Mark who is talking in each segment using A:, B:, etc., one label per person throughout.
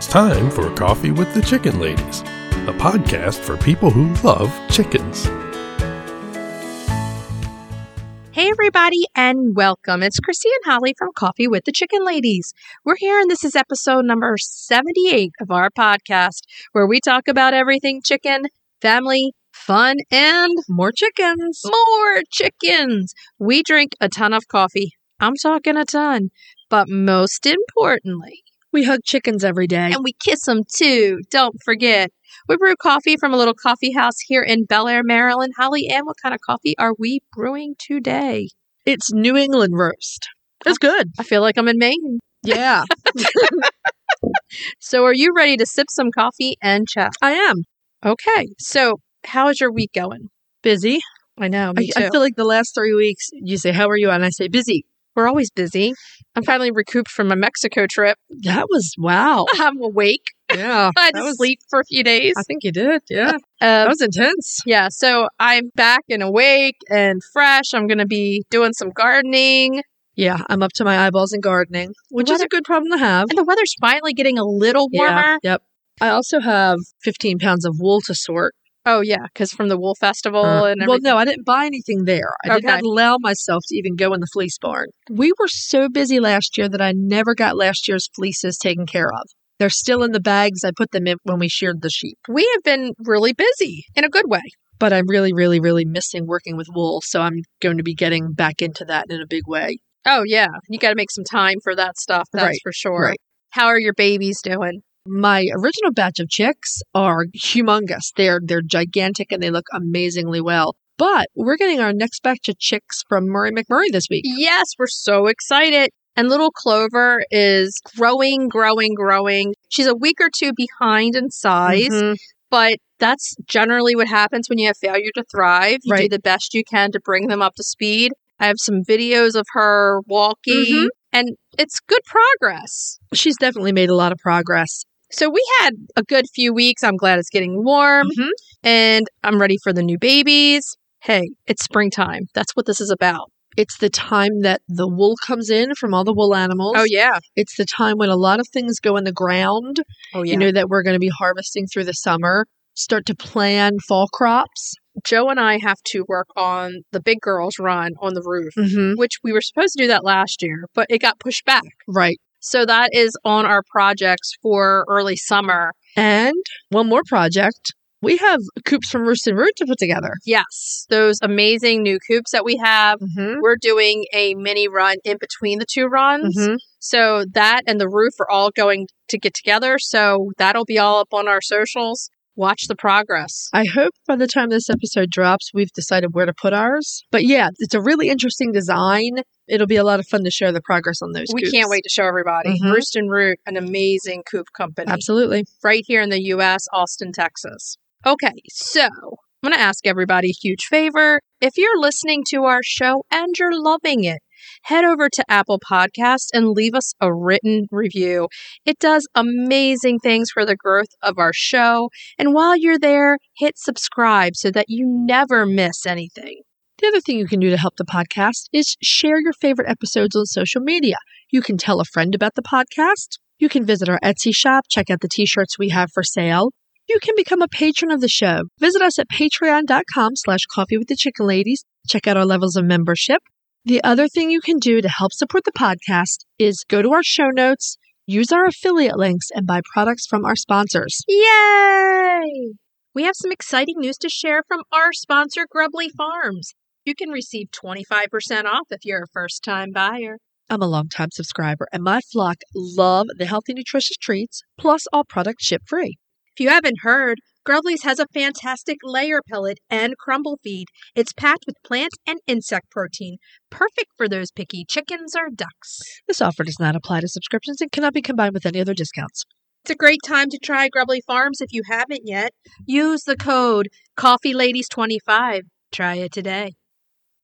A: time for Coffee with the Chicken Ladies, a podcast for people who love chickens.
B: Hey, everybody, and welcome. It's Christy and Holly from Coffee with the Chicken Ladies. We're here, and this is episode number 78 of our podcast, where we talk about everything chicken, family, fun, and more chickens. More chickens. We drink a ton of coffee. I'm talking a ton. But most importantly,
C: We hug chickens every day.
B: and we kiss them too. Don't forget. We brew coffee from a little coffee house here in Bel Air, Maryland. Holly Ann, what kind of coffee are we brewing today?
C: It's New England roast. It's good.
B: I feel like I'm in Maine.
C: Yeah,
B: So, are you ready to sip some coffee and chat?
C: I am
B: Okay. So, how is your week going?
C: busy.
B: I know.
C: I,
B: Me too.
C: I feel like the last three weeks, you say, How are you? And I say, Busy.
B: We're always busy. I'm finally recouped from a Mexico trip.
C: That was wow.
B: I'm awake.
C: Yeah.
B: I had
C: that
B: to
C: was,
B: sleep for a few days.
C: I think you did. Yeah.
B: Um,
C: That was intense.
B: yeah. So, I'm back and awake and fresh. I'm going to be doing some gardening.
C: Yeah. I'm up to my eyeballs in gardening, which
B: What
C: is a good problem to have.
B: And the weather's finally getting a little warmer.
C: Yeah. Yep. I also have 15 pounds of wool to sort.
B: Oh, yeah. Because from the wool festival and
C: well,
B: everything.
C: no, I didn't buy anything there. I did not
B: Okay.
C: allow myself to even go in the fleece barn. We were so busy last year that I never got last year's fleeces taken care of. They're still in the bags I put them in when we sheared the sheep.
B: we have been really busy in a good way.
C: But I'm really, really, really missing working with wool, so I'm going to be getting back into that in a big way.
B: Oh yeah, you got to make some time for that stuff. That's
C: Right,
B: for sure.
C: right.
B: How are your babies doing?
C: My original batch of chicks are humongous. They're they're gigantic and they look amazingly well. But we're getting our next batch of chicks from Murray McMurray this week.
B: Yes, we're so excited. And little Clover is growing, growing, growing. She's a week or two behind in size,
C: Mhm.
B: but that's generally what happens when you have failure to thrive. You do
C: Right.
B: the best you can to bring them up to speed. I have some videos of her walking,
C: Mhm.
B: and it's good progress.
C: She's definitely made a lot of progress.
B: So we had a good few weeks. I'm glad it's getting warm
C: Mhm.
B: and I'm ready for the new babies. Hey, it's springtime. That's what this is about.
C: It's the time that the wool comes in from all the wool animals.
B: Oh, yeah.
C: It's the time when a lot of things go in the ground,
B: Oh yeah.
C: you know, that we're going to be harvesting through the summer. Start to plan fall crops.
B: Joe and I have to work on the big girls run on the roof,
C: Mm-hmm.
B: which we were supposed to do that last year, but it got pushed back.
C: Right.
B: So that is on our projects for early summer.
C: And one more project. We have coops from Roost and Root to put together.
B: Yes, those amazing new coops that we have.
C: Mm-hmm.
B: We're doing a mini run in between the two runs.
C: Mm-hmm.
B: So that and the roof are all going to get together. So that'll be all up on our socials. Watch the progress.
C: I hope by the time this episode drops, we've decided where to put ours. But yeah, it's a really interesting design. It'll be a lot of fun to share the progress on those.
B: We
C: coops.
B: can't wait to show everybody.
C: Mhm.
B: Roost and Root, an amazing coop company
C: Absolutely.
B: right here in the US, Austin, Texas. Okay, so I'm going to ask everybody a huge favor. If you're listening to our show and you're loving it, head over to Apple Podcasts and leave us a written review. It does amazing things for the growth of our show. And while you're there, hit subscribe so that you never miss anything.
C: The other thing you can do to help the podcast is share your favorite episodes on social media. You can tell a friend about the podcast. You can visit our Etsy shop, check out the t shirts we have for sale. You can become a patron of the show. Visit us at patreon.com slash coffee with the chicken ladies. Check out our levels of membership. The other thing you can do to help support the podcast is go to our show notes, use our affiliate links, and buy products from our sponsors.
B: Yay! We have some exciting news to share from our sponsor, Grubbly Farms. You can receive 25% off if you're a first time buyer.
C: I'm a longtime subscriber, and my flock love the healthy, nutritious treats, plus all products ship free.
B: If you haven't heard, Grubly's has a fantastic layer pellet and crumble feed. It's packed with plant and insect protein, perfect for those picky chickens or ducks.
C: This offer does not apply to subscriptions and cannot be combined with any other discounts.
B: It's a great time to try Grubly Farms if you haven't yet. Use the code CoffeeLadies25. Try it today.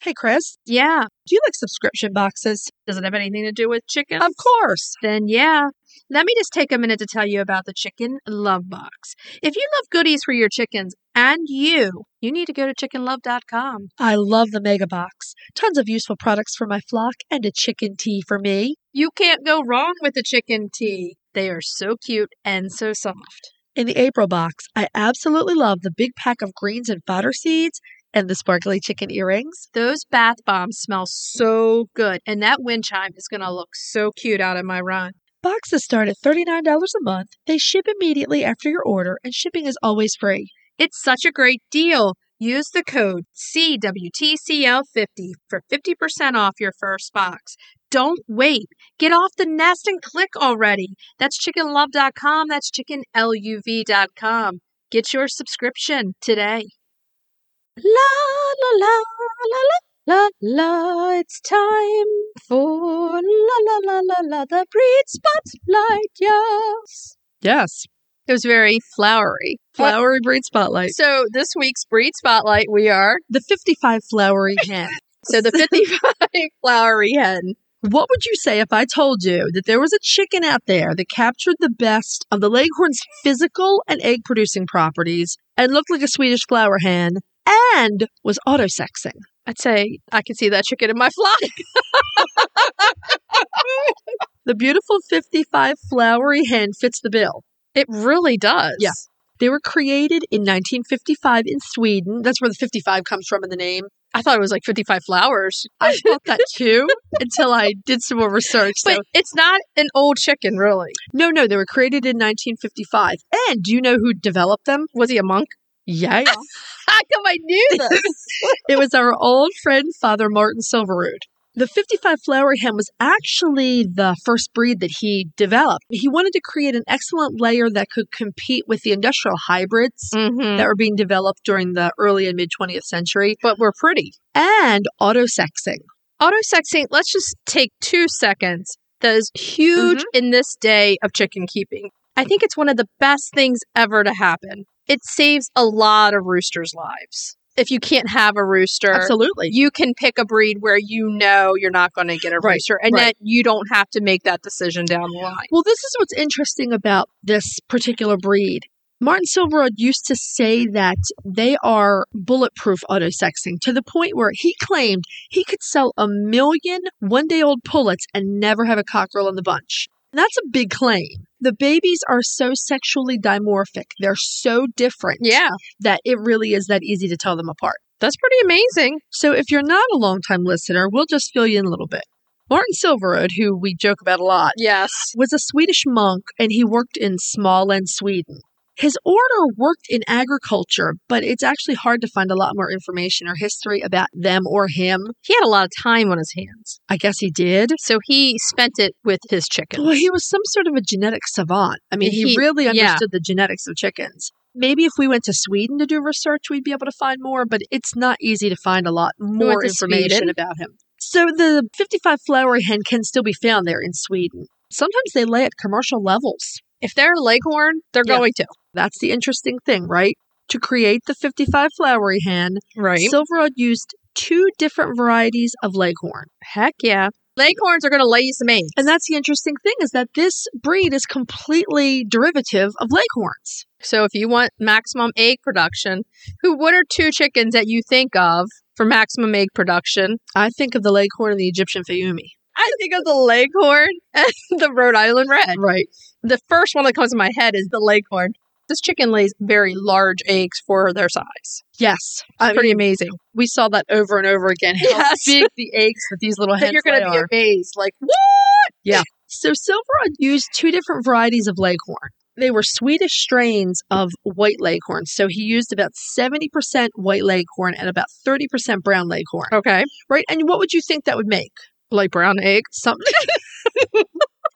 C: Hey, Chris,
B: Yeah.
C: do you like subscription boxes?
B: Does it have anything to do with chickens?
C: Of course.
B: Then, yeah. Let me just take a minute to tell you about the Chicken Love Box. If you love goodies for your chickens and you, you need to go to chickenlove.com.
C: I love the Mega Box. Tons of useful products for my flock and a chicken tea for me.
B: You can't go wrong with the chicken tea. They are so cute and so soft.
C: In the April box, I absolutely love the big pack of greens and fodder seeds and the sparkly chicken earrings.
B: Those bath bombs smell so good, and that wind chime is going to look so cute out of my run.
C: Boxes start at $39 a month. They ship immediately after your order, and shipping is always free.
B: It's such a great deal. Use the code CWTCL50 for 50% off your first box. Don't wait. Get off the nest and click already. That's chickenlove.com. That's chickenluv.com. Get your subscription today. La la la la la la la. It's time for la la la la la the breed spotlight. Yes.
C: Yes.
B: It was very flowery.
C: Flowery breed spotlight.
B: So this week's breed spotlight, we are
C: The 55 flowery hen.
B: so the 55 flowery hen.
C: What would you say if I told you that there was a chicken out there that captured the best of the leghorn's physical and egg producing properties and looked like a Swedish flower hen and was autosexing?
B: I'd say I can see that chicken in my flock.
C: The beautiful 55 flowery hen fits the bill.
B: It really does.
C: Yeah. They were created in 1955 in Sweden. That's where the 55 comes from in the name.
B: I thought it was like 55 flowers.
C: I thought that too until I did some more research. So,
B: But it's not an old chicken, really.
C: no, no, they were created in 1955. And do you know who developed them?
B: Was he a monk?
C: Yeah.
B: How come I knew this?
C: it was our old friend Father Martin Silverud. The 55 Flowery Hen was actually the first breed that he developed. He wanted to create an excellent layer that could compete with the industrial hybrids
B: mm-hmm.
C: that were being developed during the early and mid 20th century
B: But we're pretty.
C: and autosexing.
B: Autosexing, let's just take two seconds. That is huge in this day of chicken keeping. I think it's one of the best things ever to happen. It saves a lot of roosters' lives. If you can't have a rooster,
C: Absolutely.
B: you can pick a breed where you know you're not going to get a
C: Right,
B: rooster and that
C: right.
B: you don't have to make that decision down the line.
C: Well, this is what's interesting about this particular breed. Martin Silverud used to say that they are bulletproof autosexing to the point where he claimed he could sell a million one day old pullets and never have a cockerel in the bunch. And that's a big claim. The babies are so sexually dimorphic, they're so different
B: Yeah,
C: that it really is that easy to tell them apart.
B: that's pretty amazing.
C: So if you're not a longtime listener, we'll just fill you in a little bit. Martin Silverud, who we joke about a lot,
B: Yes.
C: was a Swedish monk and he worked in Småland, Sweden. His order worked in agriculture, but it's actually hard to find a lot more information or history about them or him.
B: He had a lot of time on his hands.
C: I guess he did.
B: So he spent it with his chickens.
C: Well, he was some sort of a genetic savant. I mean, he,
B: He-
C: really
B: yeah.
C: understood the genetics of chickens. Maybe if we went to Sweden to do research, we'd be able to find more, but it's not easy to find a lot more
B: to
C: information
B: Sweden.
C: about him. So the 55 flowery hen can still be found there in Sweden. Sometimes they lay at commercial levels.
B: if they're a leghorn, they're
C: Yeah.
B: going to.
C: That's the interesting thing, right? To create the 55 flowery hen,
B: Right.
C: Silverud used two different varieties of leghorn.
B: Heck yeah. Leghorns are going to lay you some eggs.
C: And that's the interesting thing is that this breed is completely derivative of leghorns.
B: so if you want maximum egg production, who what are two chickens that you think of for maximum egg production?
C: I think of the leghorn and the Egyptian Fayumi.
B: I think of the leghorn and the Rhode Island red.
C: Right.
B: The first one that comes to my head is the leghorn. This chicken lays very large eggs for their size.
C: Yes. I
B: Pretty
C: mean,
B: amazing.
C: we saw that over and over again. How
B: Yes.
C: big the eggs that these little
B: That
C: hens
B: you're
C: lay
B: going to be
C: are.
B: amazed. Like, what?
C: So Silverud used two different varieties of leghorn. They were Swedish strains of white leghorn. So he used about 70% white leghorn and about 30% brown leghorn.
B: Okay.
C: Right? And what would you think that would make?
B: Like brown egg.
C: Something.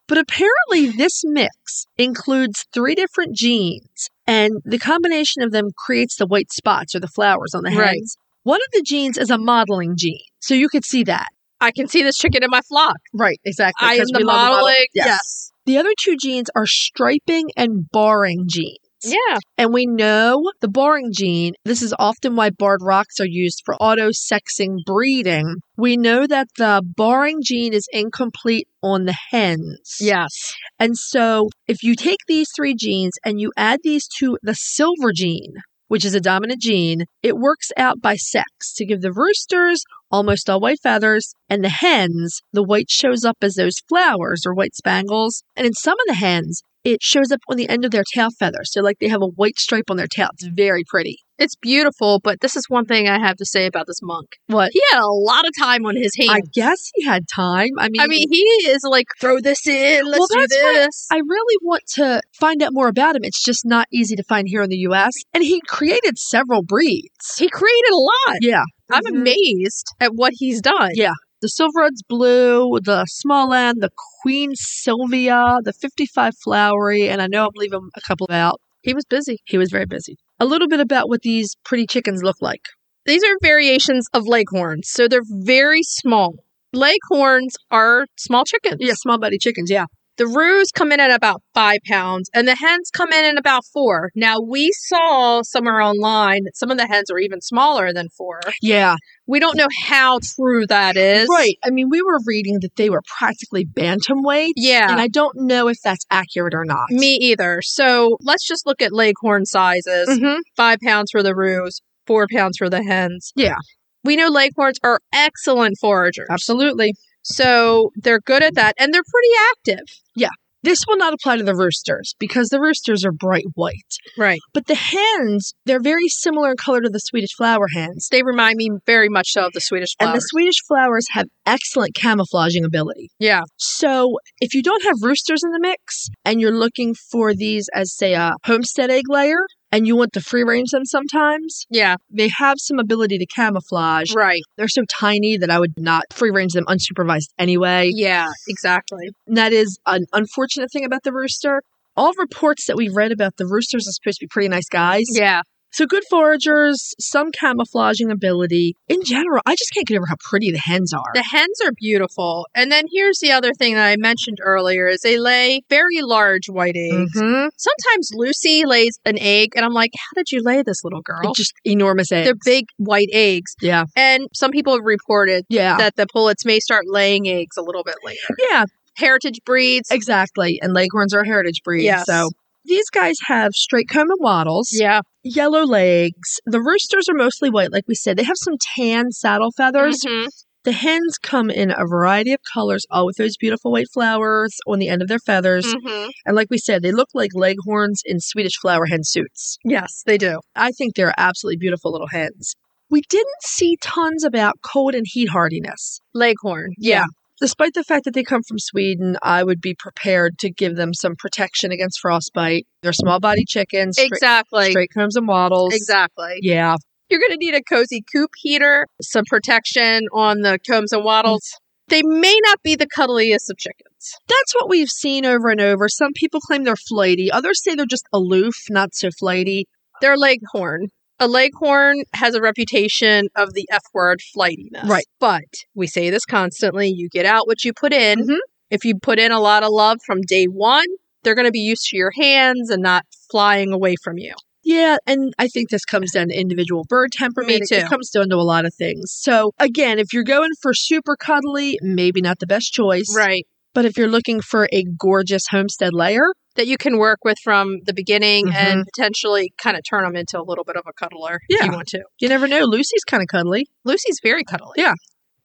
C: but apparently, this mix includes three different genes, and the combination of them creates the white spots or the flowers on the hands.
B: Right.
C: One of the genes is a modeling gene. So you could see that.
B: I can see this chicken in my flock.
C: Right, exactly.
B: I am
C: 'cause
B: the
C: we love
B: modeling.
C: Yes. The other two genes are striping and barring genes.
B: yes. Yeah.
C: And we know the barring gene, this is often why barred rocks are used for autosexing breeding. We know that the barring gene is incomplete on the hens.
B: Yes.
C: And so if you take these three genes and you add these to the silver gene, which is a dominant gene, it works out by sex to give the roosters almost all white feathers and the hens, the white shows up as those flowers or white spangles. And in some of the hens, It shows up on the end of their tail feathers. So, like, they have a white stripe on their tail. It's very pretty.
B: It's beautiful, but this is one thing I have to say about this monk.
C: What?
B: He had a lot of time on his hands.
C: I guess he had time. I mean,
B: I mean, he is like, throw this in, let's
C: Well,
B: do
C: that's what-
B: this.
C: I really want to find out more about him. It's just not easy to find here in the U.S. And he created several breeds.
B: he created a lot.
C: Yeah.
B: I'm
C: Mhm.
B: amazed at what he's done.
C: Yeah. The Silverod's Blue, the Small End, the Queen Sylvia, the 55 Flowery, and I know I'm leaving a couple out.
B: He was busy.
C: He was very busy. A little bit about what these pretty chickens look like.
B: These are variations of leghorns, so they're very small. Leghorns are small chickens.
C: Yeah, small body chickens, yeah.
B: The roos come in at about five pounds, and the hens come in at about four. Now, we saw somewhere online that some of the hens are even smaller than four.
C: Yeah.
B: We don't know how true that is.
C: Right. I mean, we were reading that they were practically bantamweight,
B: Yeah.
C: and I don't know if that's accurate or not.
B: me either. So let's just look at leghorn sizes.
C: Mhm.
B: Five pounds for the roos, four pounds for the hens.
C: Yeah.
B: We know leghorns are excellent foragers.
C: Absolutely.
B: So they're good at that, and they're pretty active.
C: This will not apply to the roosters because the roosters are bright white.
B: Right.
C: But the hens, they're very similar in color to the Swedish flower hens.
B: They remind me very much so of the Swedish flowers.
C: And the Swedish flowers have excellent camouflaging ability.
B: yeah.
C: So if you don't have roosters in the mix and you're looking for these as, say, a homestead egg layer, and you want to free range them sometimes,
B: Yeah.
C: they have some ability to camouflage.
B: Right.
C: They're so tiny that I would not free range them unsupervised anyway.
B: Yeah. Exactly.
C: And that is an unfortunate thing about the rooster. All reports that we've read about the roosters are supposed to be pretty nice guys.
B: Yeah.
C: So good foragers, some camouflaging ability. In general, I just can't get over how pretty the hens are.
B: The hens are beautiful. And then here's the other thing that I mentioned earlier is they lay very large white eggs.
C: Mhm.
B: Sometimes Lucy lays an egg and I'm like, "How did you lay this little girl?"
C: Just enormous eggs.
B: They're big white eggs.
C: Yeah.
B: And some people have reported
C: Yeah.
B: that the pullets may start laying eggs a little bit later.
C: yeah,
B: Heritage breeds.
C: exactly. And leghorns are a heritage breed.
B: Yes.
C: So these guys have straight comb and wattles,
B: Yeah.
C: yellow legs. The roosters are mostly white, like we said. They have some tan saddle feathers.
B: Mhm.
C: The hens come in a variety of colors, all with those beautiful white flowers on the end of their feathers.
B: Mhm.
C: And like we said, they look like leghorns in Swedish flower hen suits.
B: Yes, they do.
C: I think they're absolutely beautiful little hens. We didn't see tons about cold and heat hardiness.
B: Leghorn.
C: Yeah. Despite the fact that they come from Sweden, I would be prepared to give them some protection against frostbite. They're small body chickens, straight,
B: Exactly.
C: straight combs and wattles.
B: Exactly.
C: Yeah.
B: You're going to need a cozy coop heater, some protection on the combs and wattles.
C: Mm.
B: They may not be the cuddliest of chickens.
C: That's what we've seen over and over. Some people claim they're flighty, others say they're just aloof, not so flighty.
B: They're leghorn. A leghorn has a reputation of the F word flightiness.
C: Right.
B: But we say this constantly you get out what you put in.
C: Mhm.
B: If you put in a lot of love from day one, they're going to be used to your hands and not flying away from you.
C: Yeah, and I think this comes down to individual bird temperament. It- It
B: too.
C: comes down to a lot of things. So again, if you're going for super cuddly, maybe not the best choice.
B: Right.
C: But if you're looking for a gorgeous homestead layer,
B: That you can work with from the beginning and
C: Mhm.
B: potentially kind of turn them into a little bit of a cuddler if you
C: Yeah.
B: want to.
C: you never know. Lucy's kind of cuddly.
B: Lucy's very cuddly.
C: Yeah.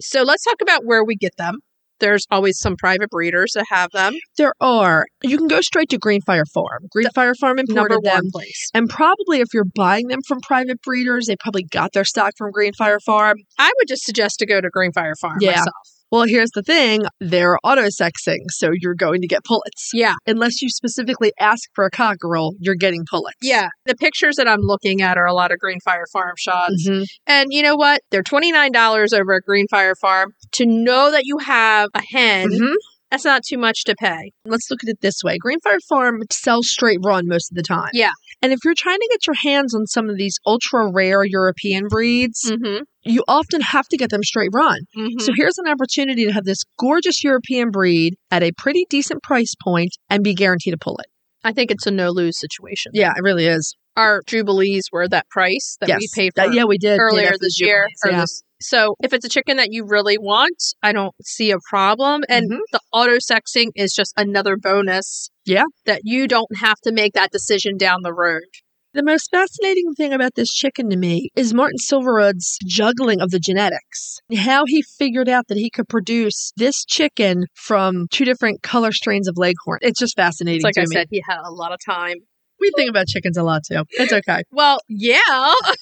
B: So let's talk about where we get them. There's always some private breeders that have them.
C: There are. You can go straight to Greenfire Farm. Greenfire Farm
B: Number
C: imported them.
B: one place.
C: And probably if you're buying them from private breeders, they probably got their stock from Greenfire Farm.
B: Um, I would just suggest to go to Greenfire Farm
C: Yeah.
B: myself.
C: Well, here's the thing they're auto sexing, so you're going to get pullets.
B: Yeah.
C: Unless you specifically ask for a cockerel, you're getting pullets.
B: Yeah. The pictures that I'm looking at are a lot of Greenfire Farm shots.
C: Mhm.
B: And you know what? They're $29 over at Greenfire Farm. To know that you have a hen,
C: Mhm.
B: that's not too much to pay.
C: Let's look at it this way. Greenfire Farm sells straight run most of the time.
B: Yeah.
C: And if you're trying to get your hands on some of these ultra rare European breeds,
B: Mm-hmm.
C: you often have to get them straight run. So here's an opportunity to have this gorgeous European breed at a pretty decent price point and be guaranteed to pull it.
B: I think it's a no lose situation.
C: Yeah, it really is.
B: Our Jubilees were that price that
C: yes.
B: we paid for.
C: That- yeah, we did.
B: earlier
C: after the
B: this year.
C: Jubilees,
B: or
C: Yeah.
B: this- so if it's a chicken that you really want, I don't see a problem. And
C: Mhm.
B: the auto sexing is just another bonus.
C: Yeah.
B: That you don't have to make that decision down the road.
C: The most fascinating thing about this chicken to me is Martin Silverwood's juggling of the genetics. How he figured out that he could produce this chicken from two different color strains of leghorn. It's just fascinating
B: It's like
C: to
B: I
C: me.
B: said, he had a lot of time.
C: we think about chickens a lot too. It's okay.
B: Well, yeah.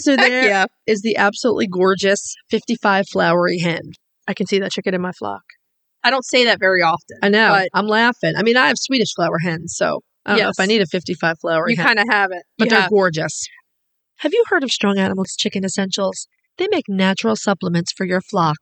C: So there
B: yeah.
C: is the absolutely gorgeous 55 flowery hen. I can see that chicken in my flock.
B: I don't say that very often.
C: I know.
B: But-
C: I'm laughing. I mean, I have Swedish flower hens, so I don't know if
B: Yes.
C: I need a 55 flower
B: You
C: hen,
B: kind of have it.
C: but
B: yeah.
C: they're gorgeous. Have you heard of Strong Animals Chicken Essentials? They make natural supplements for your flock.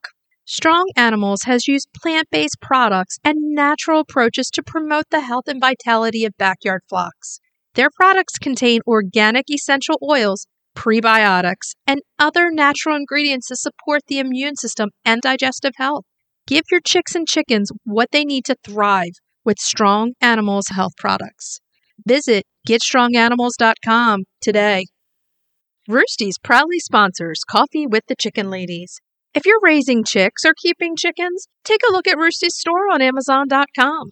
B: Strong Animals has used plant based products and natural approaches to promote the health and vitality of backyard flocks. Their products contain organic essential oils, prebiotics, and other natural ingredients to support the immune system and digestive health. Give your chicks and chickens what they need to thrive with Strong Animals health products. Visit getstronganimals.com today. Roosties proudly sponsors Coffee with the Chicken Ladies. If you're raising chicks or keeping chickens, take a look at Roosty's store on Amazon.com.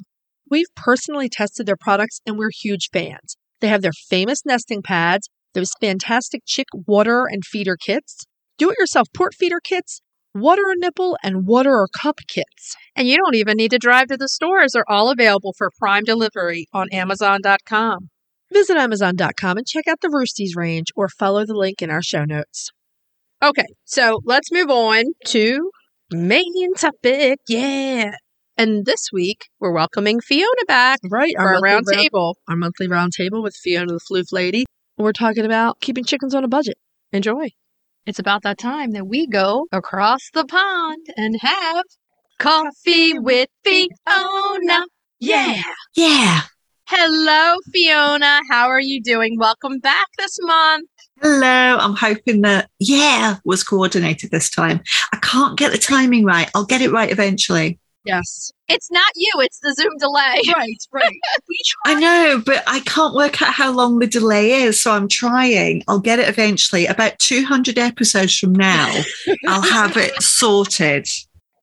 C: We've personally tested their products and we're huge fans. They have their famous nesting pads, those fantastic chick water and feeder kits, do it yourself port feeder kits, water or nipple, and water or cup kits.
B: And you don't even need to drive to the stores, they're all available for prime delivery on Amazon.com.
C: Visit Amazon.com and check out the Roosties range or follow the link in our show notes.
B: Okay, so let's move on to main topic. Yeah. And this week, we're welcoming Fiona back
C: Right,
B: for our round table.
C: our monthly round table with Fiona the Floof Lady. We're talking about keeping chickens on a budget. Enjoy.
B: It's about that time that we go across the pond and have coffee with Fiona. Yeah.
D: Yeah.
B: Hello, Fiona. How are you doing? Welcome back this month.
D: Hello. I'm hoping that yeah was coordinated this time. I can't get the timing right. I'll get it right eventually.
C: Yes.
B: It's not you, it's the Zoom delay.
C: Right, right.
D: I know, but I can't work out how long the delay is. So I'm trying. I'll get it eventually. About 200 episodes from now, I'll have it sorted.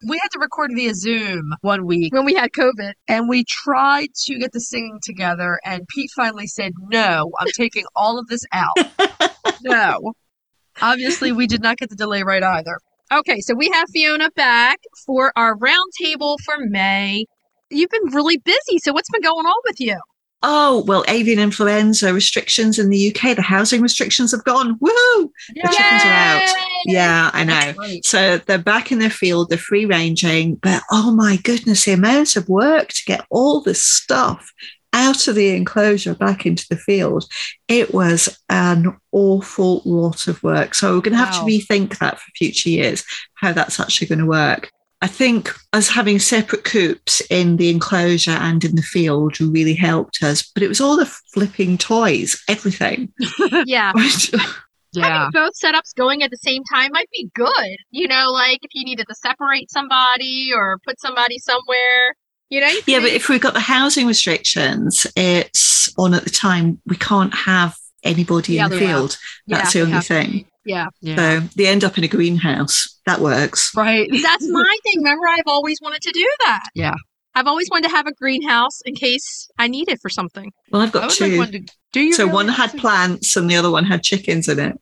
C: we had to record via Zoom one week.
B: When we had COVID.
C: and we tried to get the singing together and pete finally said no i'm taking all of this out no obviously we did not get the delay right either
B: Okay, so we have Fiona back for our roundtable for May. You've been really busy, so what's been going on with you?
D: Oh, well, avian influenza restrictions in the UK, the housing restrictions have gone. Woo! The chickens are out. Yeah, I know. So they're back in the field, they're free ranging, but oh my goodness, the amount of work to get all this stuff out of the enclosure back into the field. It was an awful lot of work. So we're going to have
B: Wow.
D: to rethink that for future years, how that's actually going to work. I think us having separate coops in the enclosure and in the field really helped us, but it was all the flipping toys, everything.
B: Yeah.
D: Which-
B: Having both setups going at the same time might be good. You know, like if you needed to separate somebody or put somebody somewhere. You know, you could
D: Yeah, but
B: maybe-
D: if we've got the housing restrictions, it's on at the time we can't have anybody
B: Yeah,
D: in the
B: they're out.
D: field. That's
B: Yeah,
D: the only
B: yeah.
D: thing.
B: Yeah.
D: So they end up in a greenhouse. That works.
C: right
B: That's my thing. Remember, I've always wanted to do that.
C: Yeah.
B: I've always wanted to have a greenhouse in case I need it for something.
D: Well, I've got two.
C: to do you
D: so one had plants and the other one had chickens in it.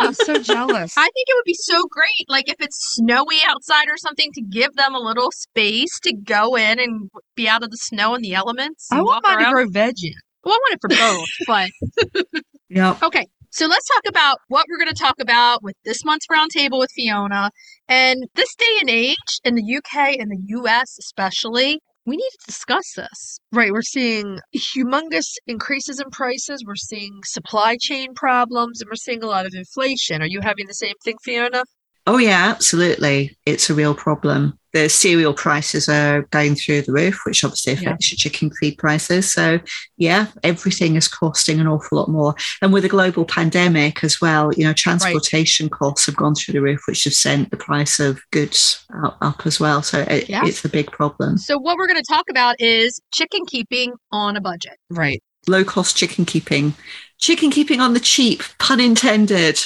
C: i'm so jealous
B: I think it would be so great, like if it's snowy outside or something, to give them a little space to go in and be out of the snow and the elements. and
C: I
B: walk
C: want mine to
B: around.
C: grow veggie.
B: Well, I want it for both, but
D: Yeah.
B: Okay, so let's talk about what we're going to talk about with this month's roundtable with Fiona. And this day and age in the UK and the US, especially, we need to discuss this.
C: Right, we're seeing humongous increases in prices. We're seeing supply chain problems, and we're seeing a lot of inflation. Are you having the same thing, Fiona?
D: Oh yeah, absolutely. It's a real problem. The cereal prices are going through the roof, which obviously affects your chicken feed prices. So yeah, everything is costing an awful lot more. And with the global pandemic as well, you know, transportation costs have gone through the roof, which have sent the price of goods up, up as well. So it,
B: Yeah.
D: it's a big problem.
B: So, what we're going to talk about is chicken keeping on a budget.
C: Right.
D: Low cost chicken keeping, chicken keeping on the cheap, pun intended.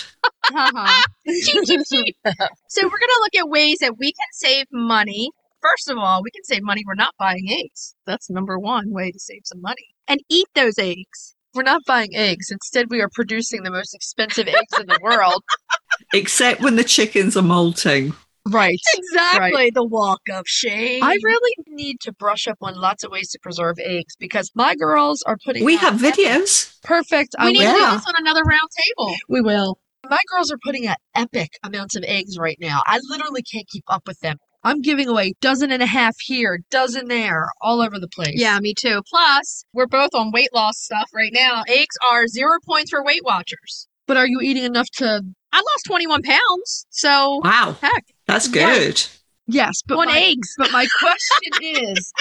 B: Cheep, cheep, cheep. so, we're going to look at ways that we can save money. First of all, we can save money. We're not buying eggs. That's number one way to save some money. And eat those eggs.
C: we're not buying eggs. Instead, we are producing the most expensive eggs in the world.
D: Except when the chickens are molting.
C: Right.
B: Exactly
C: Right.
B: the walk of shame.
C: I really need to brush up on lots of ways to preserve eggs because my girls are putting.
D: We
C: out
D: have videos.
C: perfect.
B: we need to
C: will.
B: do
D: Yeah.
B: this on another round table.
C: We will. My girls are putting out epic amounts of eggs right now. I literally can't keep up with them. I'm giving away dozen and a half here, dozen there, all over the place.
B: Yeah, me too. Plus, we're both on weight loss stuff right now. Eggs are zero points for Weight Watchers.
C: But are you eating enough to?
B: I lost 21 pounds, so
D: Wow.
B: heck,
D: That's
C: Yeah.
D: good.
C: Yes, but
B: on
C: my,
B: eggs.
C: but my question is,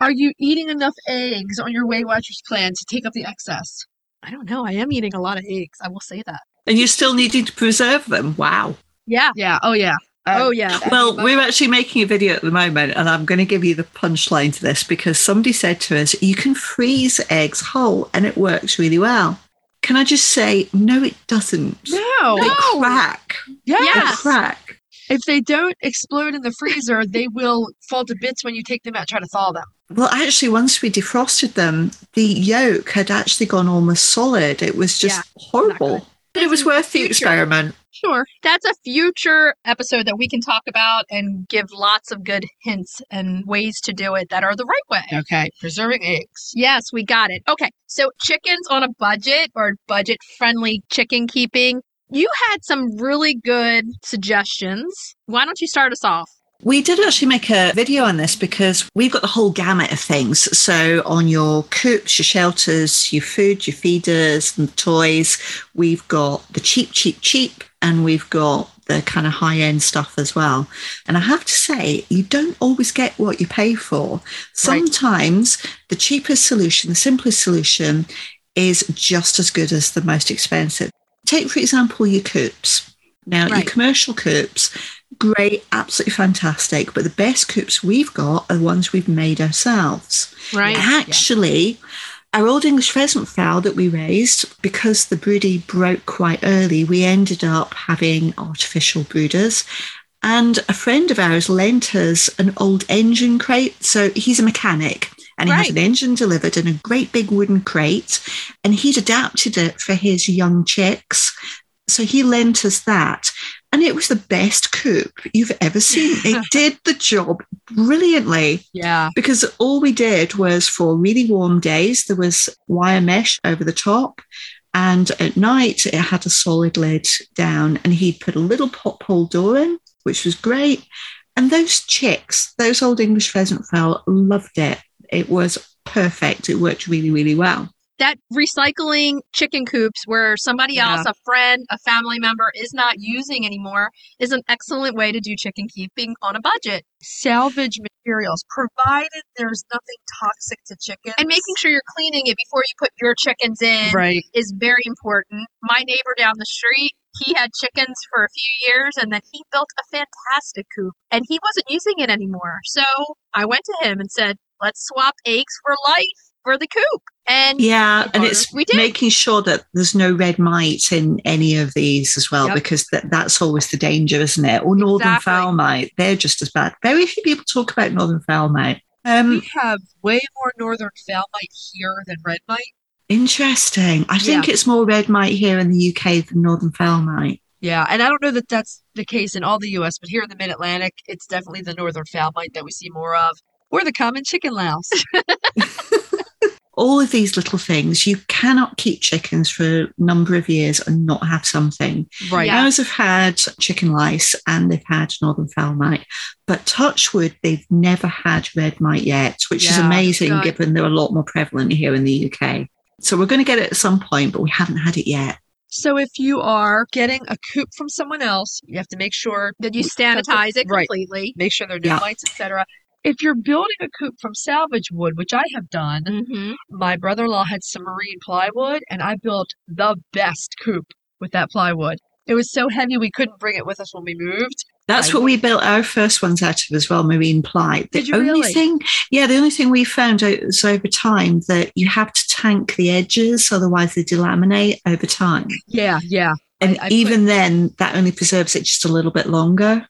C: are you eating enough eggs on your Weight Watchers plan to take up the excess?
B: I don't know. I am eating a lot of eggs. I will say that.
D: And you're still needing to preserve them. Wow.
B: Yeah.
C: Yeah. Oh yeah. Um,
B: oh, yeah.
D: Well, we're actually making a video at the moment, and I'm going to give you the punchline to this because somebody said to us, you can freeze eggs whole and it works really well. Can I just say, no, it doesn't.
C: No.
D: They crack.
C: Yeah.
D: They
B: Yes.
D: crack.
C: If they don't explode in the freezer, they will fall to bits when you take them out and try to thaw them.
D: Well, actually, once we defrosted them, the yolk had actually gone almost solid. It was just horrible. But it was worth the
B: Future.
D: experiment.
B: Sure. That's a future episode that we can talk about and give lots of good hints and ways to do it that are the right way.
C: Okay. Preserving eggs.
B: Yes, we got it. Okay. So, chickens on a budget or budget friendly chicken keeping. You had some really good suggestions. Why don't you start us off?
D: We did actually make a video on this because we've got the whole gamut of things. So, on your coops, your shelters, your food, your feeders, and the toys, we've got the cheap, cheap, cheap, and we've got the kind of high end stuff as well. And I have to say, you don't always get what you pay for. Sometimes the cheapest solution, the simplest solution, is just as good as the most expensive. Take, for example, your coops. Now,
B: Right.
D: your commercial coops, great, absolutely fantastic. But the best coops we've got are the ones we've made ourselves.
B: Right.
D: Actually, our old English pheasant fowl that we raised, because the broody broke quite early, we ended up having artificial brooders. And a friend of ours lent us an old engine crate. So he's a mechanic and he
B: Right.
D: had an engine delivered in a great big wooden crate and he'd adapted it for his young chicks. So he lent us that. And it was the best coop you've ever seen. It did the job brilliantly
C: Yeah.
D: because all we did was for really warm days there was wire mesh over the top and at night it had a solid lid down and he'd put a little pothole door in which was great and those chicks those old english pheasant fowl loved it it was perfect it worked really really well
B: That recycling chicken coops where somebody
C: Yeah.
B: else, a friend, a family member, is not using anymore is an excellent way to do chicken keeping on a budget.
C: Salvage materials, provided there's nothing toxic to chicken.
B: And making sure you're cleaning it before you put your chickens in.
C: right.
B: is very important. My neighbor down the street, he had chickens for a few years and then he built a fantastic coop and he wasn't using it anymore. So I went to him and said, let's swap eggs for life for the coop. And
D: yeah and it's
B: we did.
D: making sure that there's no red mite in any of these as well
C: Yep.
D: because that, that's always the danger isn't it or northern
B: Exactly.
D: fowl mite they're just as bad very few people talk about northern fowl mite um,
C: We have way more northern fowl mite here than red mite.
D: Interesting. I think it's more red mite here in the UK than northern fowl mite.
C: Yeah, and I don't know that that's the case in all the U.S., but here in the Mid Atlantic, it's definitely the northern fowl mite that we see more of, or the common chicken louse.
D: All of these little things, you cannot keep chickens for a number of years and not have something.
C: Right.
B: Yeah.
D: Ours have had chicken lice and they've had northern fowl mite, but touch wood, they've never had red mite yet, which is
C: Yeah,
D: amazing
B: good.
D: given they're a lot more prevalent here in the UK. So we're going to get it at some point, but we haven't had it yet.
C: So if you are getting a coop from someone else, you have to make sure
B: then you sanitize it
C: Right.
B: completely.
C: make sure there are no
D: Yeah.
C: lights, etc. If you're building a coop from salvage wood, which I have done,
B: Mm-hmm.
C: my brother-in-law had some marine plywood, and I built the best coop with that plywood. It was so heavy we couldn't bring it with us when we moved.
D: That's
C: I-
D: what we built our first ones out of as well, marine ply. The
C: Did you
D: only
C: really?
D: thing, yeah, the only thing we found out was over time that you have to tank the edges, otherwise they delaminate over time.
C: Yeah, yeah.
D: And
C: I put-
D: even then, that only preserves it just a little bit longer.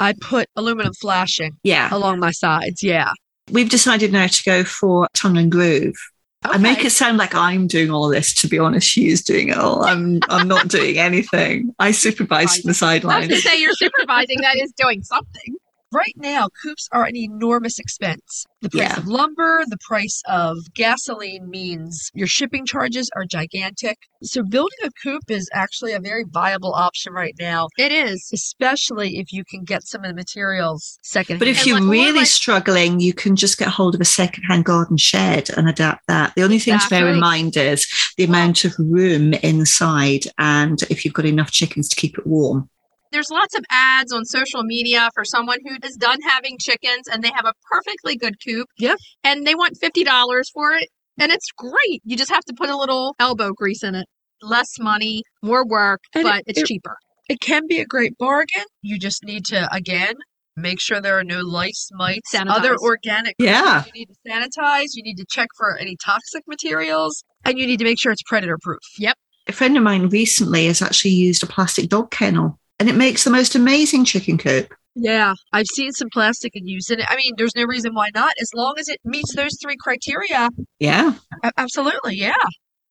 C: I put aluminum flashing
D: Yeah,
C: along my sides. Yeah.
D: we've decided now to go for tongue and groove. I make it sound like I'm doing all this. To be honest, she is doing it all. I'm I'm not doing anything. I supervise from the
B: I was
D: sidelines.
B: going to say you're supervising. That is doing something.
C: Right now, coops are an enormous expense. The price
D: Yeah.
C: of lumber, the price of gasoline means your shipping charges are gigantic. So, building a coop is actually a very viable option right now,
B: It is.
C: especially if you can get some of the materials secondhand.
D: But if
B: And
D: you're
B: like- or
D: really
B: like-
D: struggling, you can just get hold of a secondhand garden shed and adapt that. The only thing to bear in
B: Exactly.
D: mind is the amount of room inside and if you've got enough chickens to keep it warm.
B: There's lots of ads on social media for someone who is done having chickens and they have a perfectly good coop.
C: Yeah.
B: And they want $50 for it. And it's great. You just have to put a little elbow grease in it. Less money, more work,
C: And
B: but
C: it-
B: it's
C: it-
B: cheaper.
C: it can be a great bargain, you just need to, again, make sure there are no lice, mites, other
B: Sanitize.
C: organic
D: Yeah.
C: You need to sanitize. You need to check for any toxic materials, and you need to make sure it's predator proof.
B: Yep.
D: A friend of mine recently has actually used a plastic dog kennel and it makes the most amazing chicken coop.
C: Yeah, I've seen some plastic and used in it. I mean, there's no reason why not, as long as it meets those three criteria.
D: Yeah.
C: A- absolutely, yeah.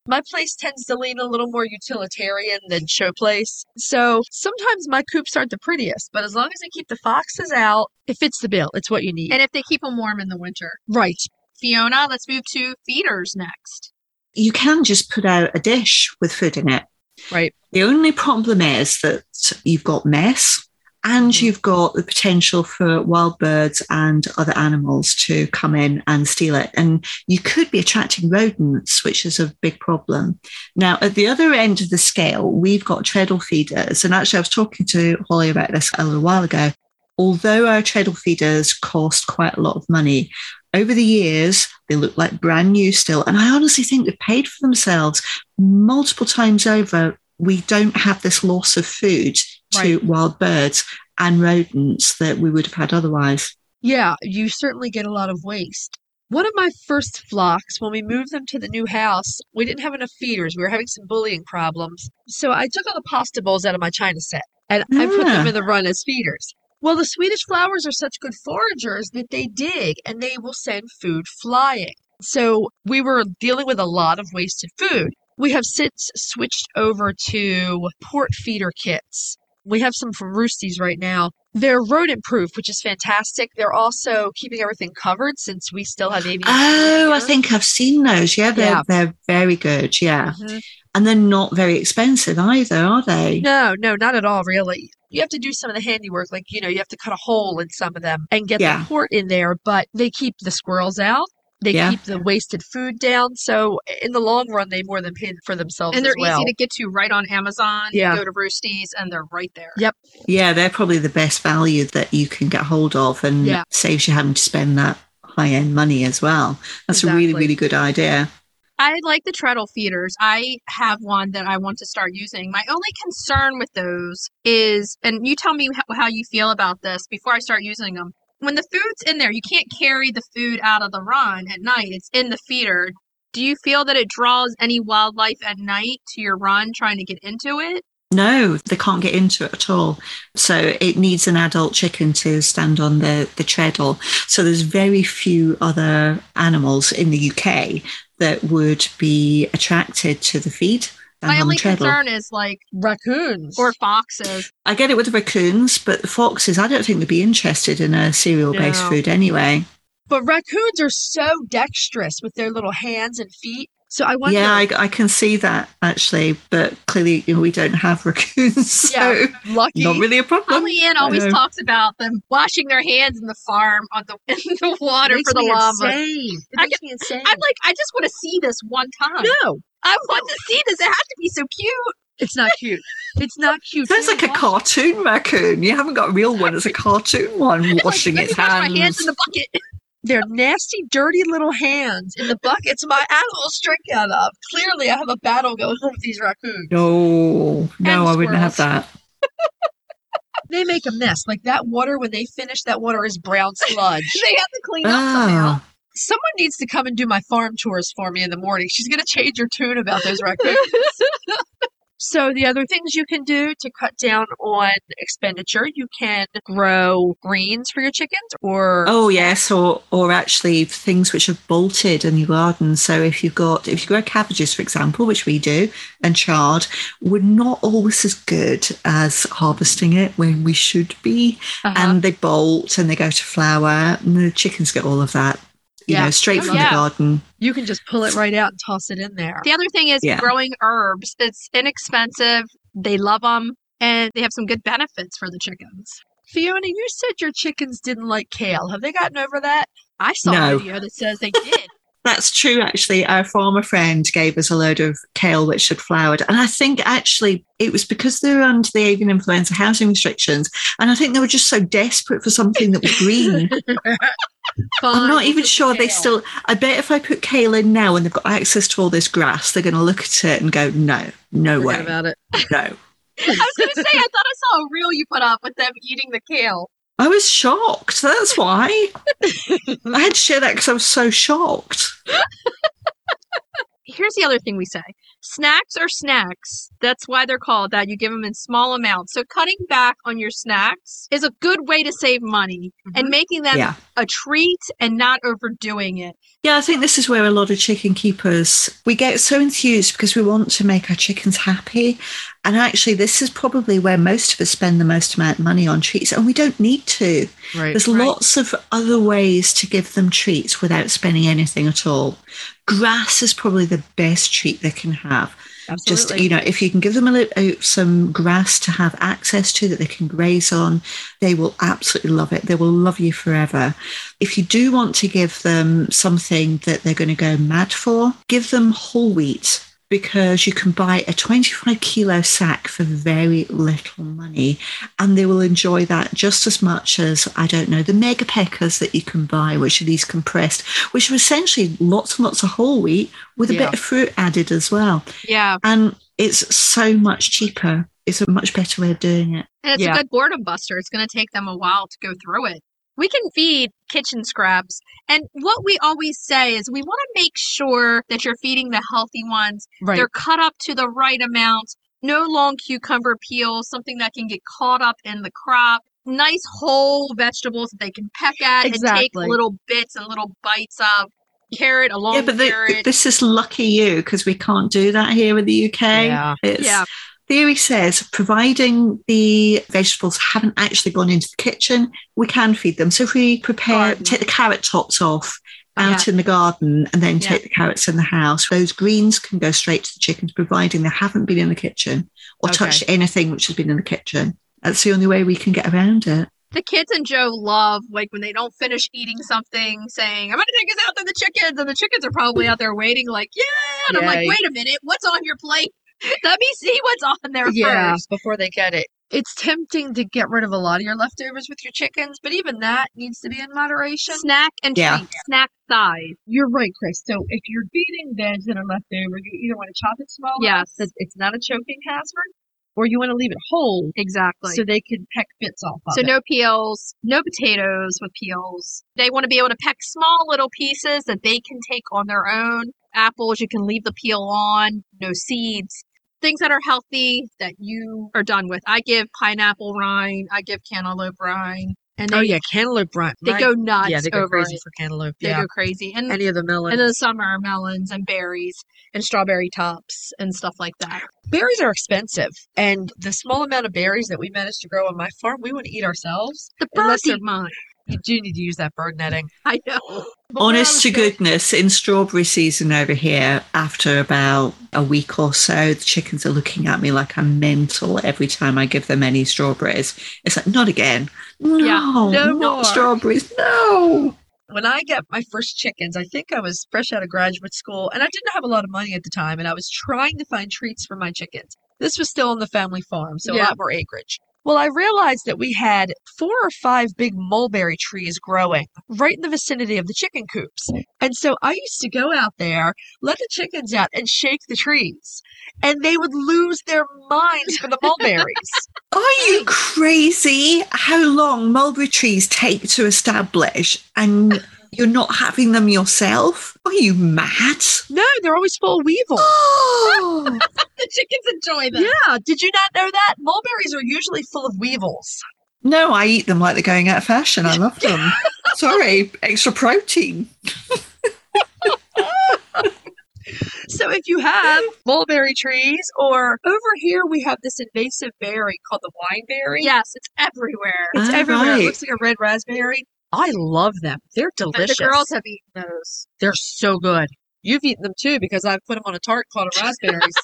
C: My place tends to lean a little more utilitarian than showplace, so sometimes my coops aren't the prettiest. But as long as I keep the foxes out, it fits the bill. It's what you need.
B: And if they keep them warm in the winter.
C: right.
B: Fiona, let's move to feeders next.
D: You can just put out a dish with food in it.
C: Right.
D: The only problem is that you've got mess and
C: Mhm.
D: you've got the potential for wild birds and other animals to come in and steal it. And you could be attracting rodents, which is a big problem. Now, at the other end of the scale, we've got treadle feeders. And actually, I was talking to Holly about this a little while ago. Although our treadle feeders cost quite a lot of money, over the years, they look like brand new still. And I honestly think they've paid for themselves multiple times over we don't have this loss of food to wild birds and rodents that we would have had otherwise.
C: Yeah, you certainly get a lot of waste. One of my first flocks, when we moved them to the new house, we didn't have enough feeders. We were having some bullying problems. So I took all the pasta bowls out of my china set and I put them
D: Ah.
C: in the run as feeders. Well, the Swedish flowers are such good foragers that they dig and they will send food flying. So we were dealing with a lot of wasted food. We have since switched over to port feeder kits. We have some from Roosties right now. They're rodent proof, which is fantastic. They're also keeping everything covered since we still have avian.
D: Oh, I
C: fever.
D: think I've seen those. Yeah, they're,
C: Yeah.
D: they're very good. Yeah.
C: Mhm.
D: And they're not very expensive either, are they?
C: No, no, not at all, really. You have to do some of the handiwork, like, you know, you have to cut a hole in some of them and get
D: Yeah.
C: the port in there, but they keep the squirrels out. They
D: Yeah.
C: keep the wasted food down. So in the long run, they more than pay for themselves
B: And they're
C: as well.
B: easy to get to right on Amazon.
C: Yeah.
B: Go to Roosties and they're right there.
C: Yeah.
D: Yeah, they're probably the best value that you can get hold of and
C: Yeah.
D: saves you having to spend that high end money as well. That's a really,
C: Exactly.
D: really good idea.
B: I like the treadle feeders. I have one that I want to start using. My only concern with those is, and you tell me how, how you feel about this before I start using them. When the food's in there, you can't carry the food out of the run at night. It's in the feeder. Do you feel that it draws any wildlife at night to your run trying to get into it?
D: No, they can't get into it at all. So it needs an adult chicken to stand on the, the treadle. So there's very few other animals in the UK that would be attracted to the feed and
B: My
D: on the
B: only
D: treadle.
B: concern is like,
C: Raccoons.
B: or foxes.
D: I get it with the raccoons, but the foxes, I don't think they'd be interested in a cereal based
C: No.
D: food anyway.
C: but raccoons are so dexterous with their little hands and feet. So I wonder.
D: Yeah, I, I can see that actually, but clearly you know, we don't have raccoons, so
C: Yeah, lucky.
D: not really a problem.
B: Holly Ann always
D: know.
B: talks about them washing their hands in the farm on the in the water
C: Makes
B: for the
C: me
B: lava.
C: insane. It
B: I
C: makes me insane.
B: I'm like, I just want to see this one time.
C: no,
B: I want to see this. It has to be so cute.
C: it's not cute. It's not cute.
D: Sounds like a
C: car.
D: cartoon raccoon. You haven't got a real one. It's a cartoon one washing
B: Let
D: its
B: me wash
D: hands.
B: my hands in the bucket.
C: Their nasty, dirty little hands in the buckets my animals drink out of. Clearly, I have a battle going on with these raccoons.
D: No, no, I wouldn't have that.
C: They make a mess. Like that water, when they finish, that water is brown sludge.
B: They have to clean up somehow.
D: Ah,
C: Someone needs to come and do my farm chores for me in the morning. She's going to change her tune about those raccoons. So the other things you can do to cut down on expenditure, you can grow greens for your chickens or
D: Oh yes, or or actually things which have bolted in your garden. So if you've got if you grow cabbages, for example, which we do, and chard, we're not always as good as harvesting it when we should be.
C: Uh-huh.
D: And they bolt and they go to flower, and the chickens get all of that. You
C: Yeah.
D: know, straight
C: Oh,
D: from
B: yeah.
D: the garden.
C: you can just pull it right out and toss it in there.
B: The other thing is
D: Yeah.
B: growing herbs. It's inexpensive. They love them and they have some good benefits for the chickens.
C: Fiona, you said your chickens didn't like kale. Have they gotten over that? I saw a
D: No.
C: video that says they did.
D: That's true, actually. Our farmer friend gave us a load of kale which had flowered. And I think actually it was because they were under the avian influenza housing restrictions. And I think they were just so desperate for something that was green. I'm not
C: Fine,
D: even
C: this is
D: sure they
C: kale.
D: still, I bet if I put kale in now and they've got access to all this grass, they're going to look at it and go, no, no
C: forget
D: way,
C: about it.
D: no.
B: I was going to say, I thought I saw a reel you put up with them eating the kale.
D: I was shocked. That's why. I had to share that because I was so shocked.
B: Here's the other thing we say snacks are snacks. That's why they're called that. You give them in small amounts. So cutting back on your snacks is a good way to save money and making them
D: Yeah.
B: a treat and not overdoing it.
D: Yeah, I think this is where a lot of chicken keepers we get so enthused because we want to make our chickens happy. And actually this is probably where most of us spend the most amount of money on treats and we don't need to.
C: Right.
D: There's lots of other ways to give them treats without spending anything at all. Grass is probably the best treat they can have.
C: Absolutely.
D: Just you know, if you can give them a, li- uh, some grass to have access to that they can graze on, they will absolutely love it. They will love you forever. If you do want to give them something that they're going to go mad for, give them whole wheat because you can buy a 25 kilo sack for very little money and they will enjoy that just as much as i don't know the mega peckers that you can buy which are these compressed which are essentially lots and lots of whole wheat with a
C: Yeah.
D: bit of fruit added as well
B: Yeah.
D: and it's so much cheaper. It's a much better way of doing it.
B: And it's
C: Yeah.
B: a good boredom buster. It's going to take them a while to go through it. We can feed kitchen scraps. And what we always say is we want to make sure that you're feeding the healthy ones.
C: right.
B: They're cut up to the right amount, no long cucumber peels, something that can get caught up in the crop. Nice whole vegetables that they can peck at and
C: Exactly.
B: take little bits and little bites of. Carrot, a long
D: yeah, but the-
B: carrot.
D: this is lucky you because we can't do that here in the UK.
C: Yeah.
D: It's,
B: Yeah.
D: Theory says, providing the vegetables haven't actually gone into the kitchen, we can feed them. So if we prepare,
B: Garden.
D: take the carrot tops off out in the garden and then
B: Yeah.
D: take the carrots in the house, those greens can go straight to the chickens, providing they haven't been in the kitchen or
C: Okay.
D: touched anything which has been in the kitchen. That's the only way we can get around it.
B: the kids and Joe love like when they don't finish eating something, saying, "I'm gonna take this out to the chickens," and the chickens are probably out there waiting, like, "Yeah!" And I'm like,
C: Yay.
B: "Wait a minute, what's on your plate? Let me see what's on there
C: yeah,
B: first.
C: before they get it. It's tempting to get rid of a lot of your leftovers with your chickens, but even that needs to be in moderation.
B: Snack and
D: Yeah.
B: treat, snack size.
C: You're right, Chris. So if you're feeding veg that are left over, you either want to chop it small,
B: Yes.
C: enough that it's not a choking hazard, or you want to leave it whole
B: Exactly.
C: so
B: So,
C: they can peck bits off. Of it.
B: no peels, no potatoes with peels. They want to be able to peck small little pieces that they can take on their own. Apples, you can leave the peel on. No seeds. Things that are healthy that you are done with. I give pineapple rind. I give cantaloupe rind. And they
C: oh yeah, cantaloupe rind.
B: They
C: My-
B: go nuts
C: yeah, they go
B: over
C: crazy
B: it.
C: for cantaloupe.
B: They
C: yeah,
B: go crazy. And,
C: any of the melons.
B: and in the summer, melons and berries and strawberry tops and stuff like that.
C: berries are expensive, and the small amount of berries that we manage to grow on my farm, we want to eat ourselves.
B: The
C: Unless
B: birds
C: they're-
B: are mine.
C: You do need to use that bird netting.
B: I know.
C: But when I
D: Honest
C: was
D: to
C: growing-
D: goodness, in strawberry season over here, after about a week or so, the chickens are looking at me like I'm mental every time I give them any strawberries. It's like, not again. No,
B: Yeah,
C: no
D: not
C: more.
D: strawberries. No.
C: when I got my first chickens, I think I was fresh out of graduate school and I didn't have a lot of money at the time. And I was trying to find treats for my chickens. This was still on the family farm, so a
B: Yeah.
C: lot more acreage. Well, I realized that we had four or five big mulberry trees growing right in the vicinity of the chicken coops. And so I used to go out there, let the chickens out, and shake the trees. And they would lose their minds for the mulberries.
D: Are you crazy? How long mulberry trees take to establish? And You're not having them yourself? Are you mad?
C: No, they're always full of weevil.
D: Oh,
B: The chickens enjoy them.
C: Yeah, did you not know that? Mulberries are usually full of weevils.
D: no, I eat them like they're going out of fashion. I love them. Sorry, extra protein.
C: So if you have mulberry trees, or over here we have this invasive berry called the wineberry.
B: Yes, it's everywhere.
C: It's
D: Ah,
C: everywhere.
D: right.
C: It looks like a red raspberry. I love them. They're
B: But the
C: delicious.
B: girls have eaten those.
C: They're so good. You've eaten them too because I've put them on a tart called a raspberries.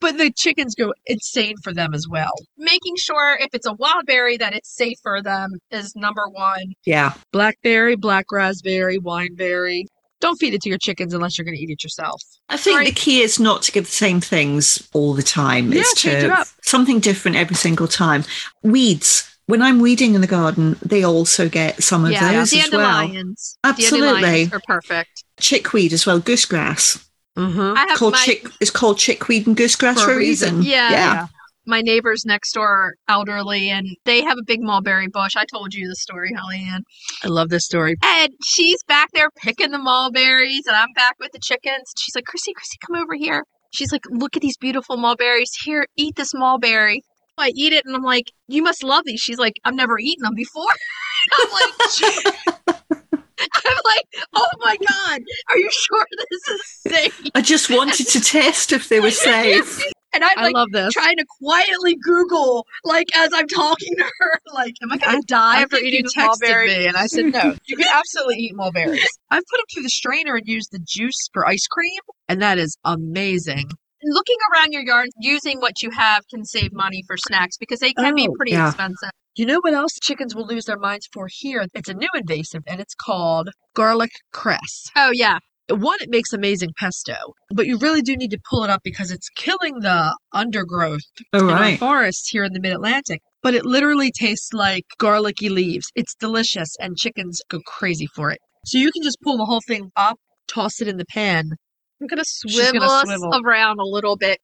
C: but the chickens go insane for them as well.
B: Making sure if it's a wild berry that it's safe for them is number one.
D: Yeah.
C: Blackberry, black raspberry, wineberry. Don't feed it to your chickens unless you're going to eat it yourself.
D: I think
B: Sorry.
D: the key is not to give the same things all the time.
C: Yeah,
D: it's
C: change
D: to
C: it up.
D: something different every single time. Weeds. When I'm weeding in the garden, they also get some of
B: yeah,
D: those as well.
B: dandelions. Dandelions
D: Absolutely.
B: are perfect.
D: Chickweed as well, goosegrass.
C: Mm-hmm.
B: I have
D: Called
B: my,
D: chick it's called chickweed and goosegrass
C: For a
D: for, a reason.
B: reason. Yeah.
D: yeah.
B: my neighbors next door are elderly and they have a big mulberry bush. I told you the story, Holly Ann.
C: I love this story.
B: And she's back there picking the mulberries, and I'm back with the chickens. She's like, Chrissy, Chrissy, come over here. She's like, look at these beautiful mulberries. Here, eat this mulberry. I eat it, and I'm like, you must love these. She's like, I've never eaten them before. I'm like, I'm like, oh my god, are you sure this is safe?
D: I just wanted to test if they were safe.
B: And I'm
C: I
B: like
C: love this.
B: trying to quietly Google, like as I'm talking to her, like, am I gonna die
C: I
B: after
C: think you
B: eating this
C: texted
B: mulberry?
C: me and I said no. You can absolutely eat mulberries. I've put them through the strainer and used the juice for ice cream, and that is amazing.
B: looking around your yard using what you have can save money for snacks because they can be
C: Oh,
B: pretty
D: yeah.
B: expensive.
C: You know what else chickens will lose their minds for here? It's a new invasive and it's called garlic cress.
B: Oh yeah.
C: One, it makes amazing pesto, but you really do need to pull it up because it's killing the undergrowth
D: All
C: in our
D: right.
C: forests here in the mid Atlantic. But it literally tastes like garlicky leaves. It's delicious, and chickens go crazy for it. So you can just pull the whole thing up, toss it in the pan.
B: I'm gonna
C: gonna
B: swivel, us
C: swivel.
B: around a little bit.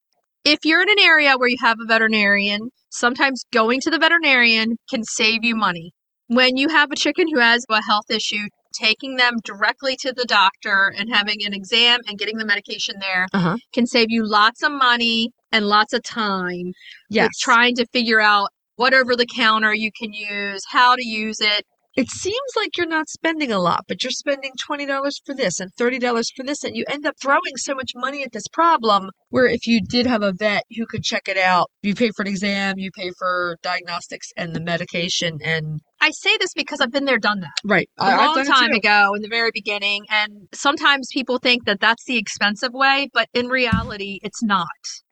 B: If you're in an area where you have a veterinarian, sometimes going to the veterinarian can save you money. When you have a chicken who has a health issue, taking them directly to the doctor and having an exam and getting the medication there
C: Uh-huh.
B: can save you lots of money and lots of time.
C: Yes.
B: with trying to figure out what over the counter you can use, how to use it.
C: it seems like you're not spending a lot, but you're spending $20 for this and $30 for this, and you end up throwing so much money at this problem. Where if you did have a vet who could check it out, you pay for an exam, you pay for diagnostics and the medication, and
B: I say this because I've been there, done that
C: right.
B: a
C: I- I've
B: long
C: done it
B: time
C: too.
B: ago in the very beginning. And sometimes people think that that's the expensive way, but in reality, it's not.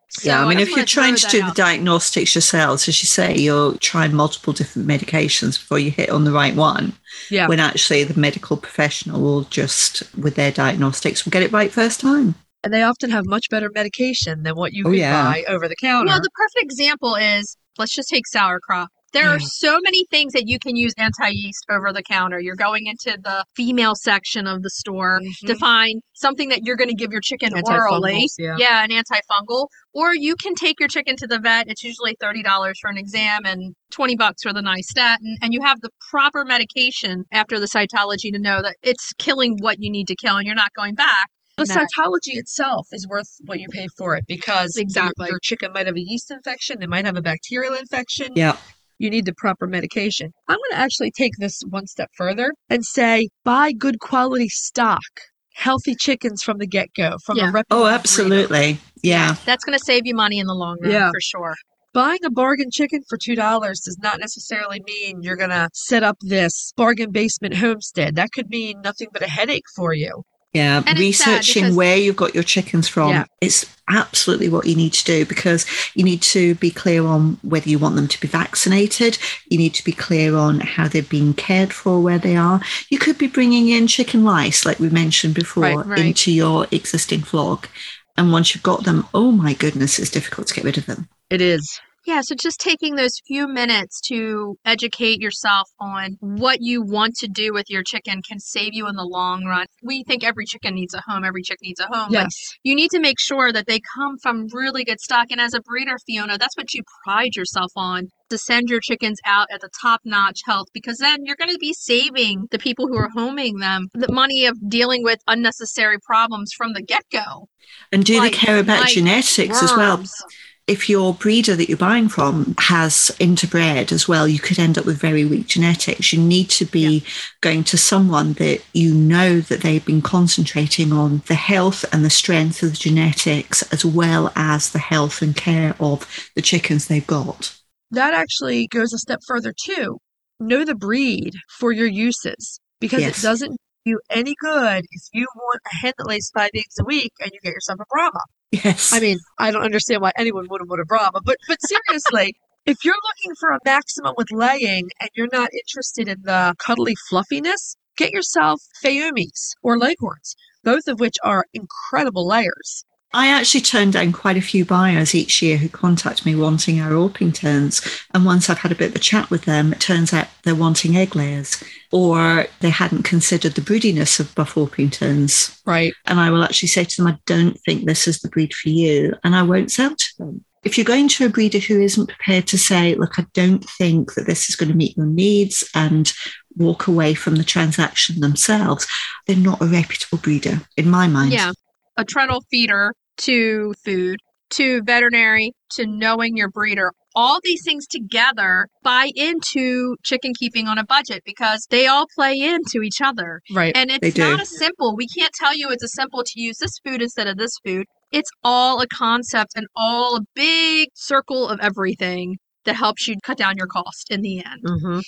B: So
D: yeah, I mean,
B: just
D: if you're
B: wanna throw
D: trying to
B: that
D: do the
B: out.
D: diagnostics yourselves, as you say, you're trying multiple different medications before you hit on the right one.
C: Yeah.
D: When actually the medical professional will just, with their diagnostics, will get it right first time.
C: and they often have much better medication than what you
D: Oh,
C: could
D: yeah.
C: buy over the counter.
B: Well, the perfect example is let's just take sauerkraut. There are
C: Mm.
D: Yeah.
B: so many things that you can use anti yeast over the counter. You're going into the female section of the store to
C: Mm-hmm.
B: find something that you're going to give your chicken orally.
C: Antifungals, eh? yeah.
B: an antifungal. Or you can take your chicken to the vet. It's usually $30 for an exam and 20 bucks for the nystatin. And you have the proper medication after the cytology to know that it's killing what you need to kill and you're not going back.
C: The
B: That-
C: cytology itself is worth what you pay for it because your-
B: Exactly.
C: your, chicken might have a yeast infection, they might have a bacterial infection.
D: Yeah.
C: You need the proper medication. I'm going to actually take this one step further and say buy good quality stock, healthy chickens from the get go, from
B: Yeah.
C: a reputable
D: Oh,
C: breeder.
D: absolutely. Yeah.
B: That's going to save you money in the long run
C: Yeah.
B: for sure.
C: Buying a bargain chicken for $2 does not necessarily mean you're going to set up this bargain basement homestead. That could mean nothing but a headache for you.
D: Yeah.
B: And it's sad
D: Researching
B: because-
D: where you've got your chickens from
C: Yeah.
D: is absolutely what you need to do because you need to be clear on whether you want them to be vaccinated. You need to be clear on how they've been cared for, where they are. You could be bringing in chicken lice, like we mentioned before,
C: Right, right.
D: into your existing flock. And once you've got them, oh my goodness, it's difficult to get rid of them.
C: It is.
B: Yeah, so just taking those few minutes to educate yourself on what you want to do with your chicken can save you in the long run. We think every chicken needs a home, every chick needs a home. But
C: Yes.
B: you need to make sure that they come from really good stock. And as a breeder, Fiona, that's what you pride yourself on to send your chickens out at the top notch health because then you're going to be saving the people who are homing them the money of dealing with unnecessary problems from the get go.
D: And do
B: Like-
D: they care about
B: like
D: genetics as well? If your breeder that you're buying from has interbred as well, you could end up with very weak genetics. You need to be going to someone that you know that they've been concentrating on the health and the strength of the genetics as well as the health and care of the chickens they've got.
C: that actually goes a step further too. Know the breed for your uses because
D: Yes.
C: it doesn't do you any good if you want a hen that lays five eggs a week and you get yourself a Brahma.
D: Yes.
C: I mean, I don't understand why anyone would want a Brahma, but but seriously, if you're looking for a maximum with laying and you're not interested in the cuddly fluffiness, get yourself Fayumis or Leghorns, both of which are incredible layers.
D: I actually turn down quite a few buyers each year who contact me wanting our Orpingtons. And once I've had a bit of a chat with them, it turns out they're wanting egg layers or they hadn't considered the broodiness of Buff Orpingtons.
C: Right.
D: And I will actually say to them, I don't think this is the breed for you. And I won't sell to them. If you're going to a breeder who isn't prepared to say, look, I don't think that this is going to meet your needs and walk away from the transaction themselves, they're not a reputable breeder in my mind.
B: Yeah. A treadle feeder to food, to veterinary, to knowing your breeder. All these things together buy into chicken keeping on a budget because they all play into each other.
C: Right.
B: And
D: They
B: it's
D: do.
B: not a simple. We can't tell you it's a simple to use this food instead of this food. It's all a concept and all a big circle of everything that helps you cut down your cost in the end.
C: mm-hmm.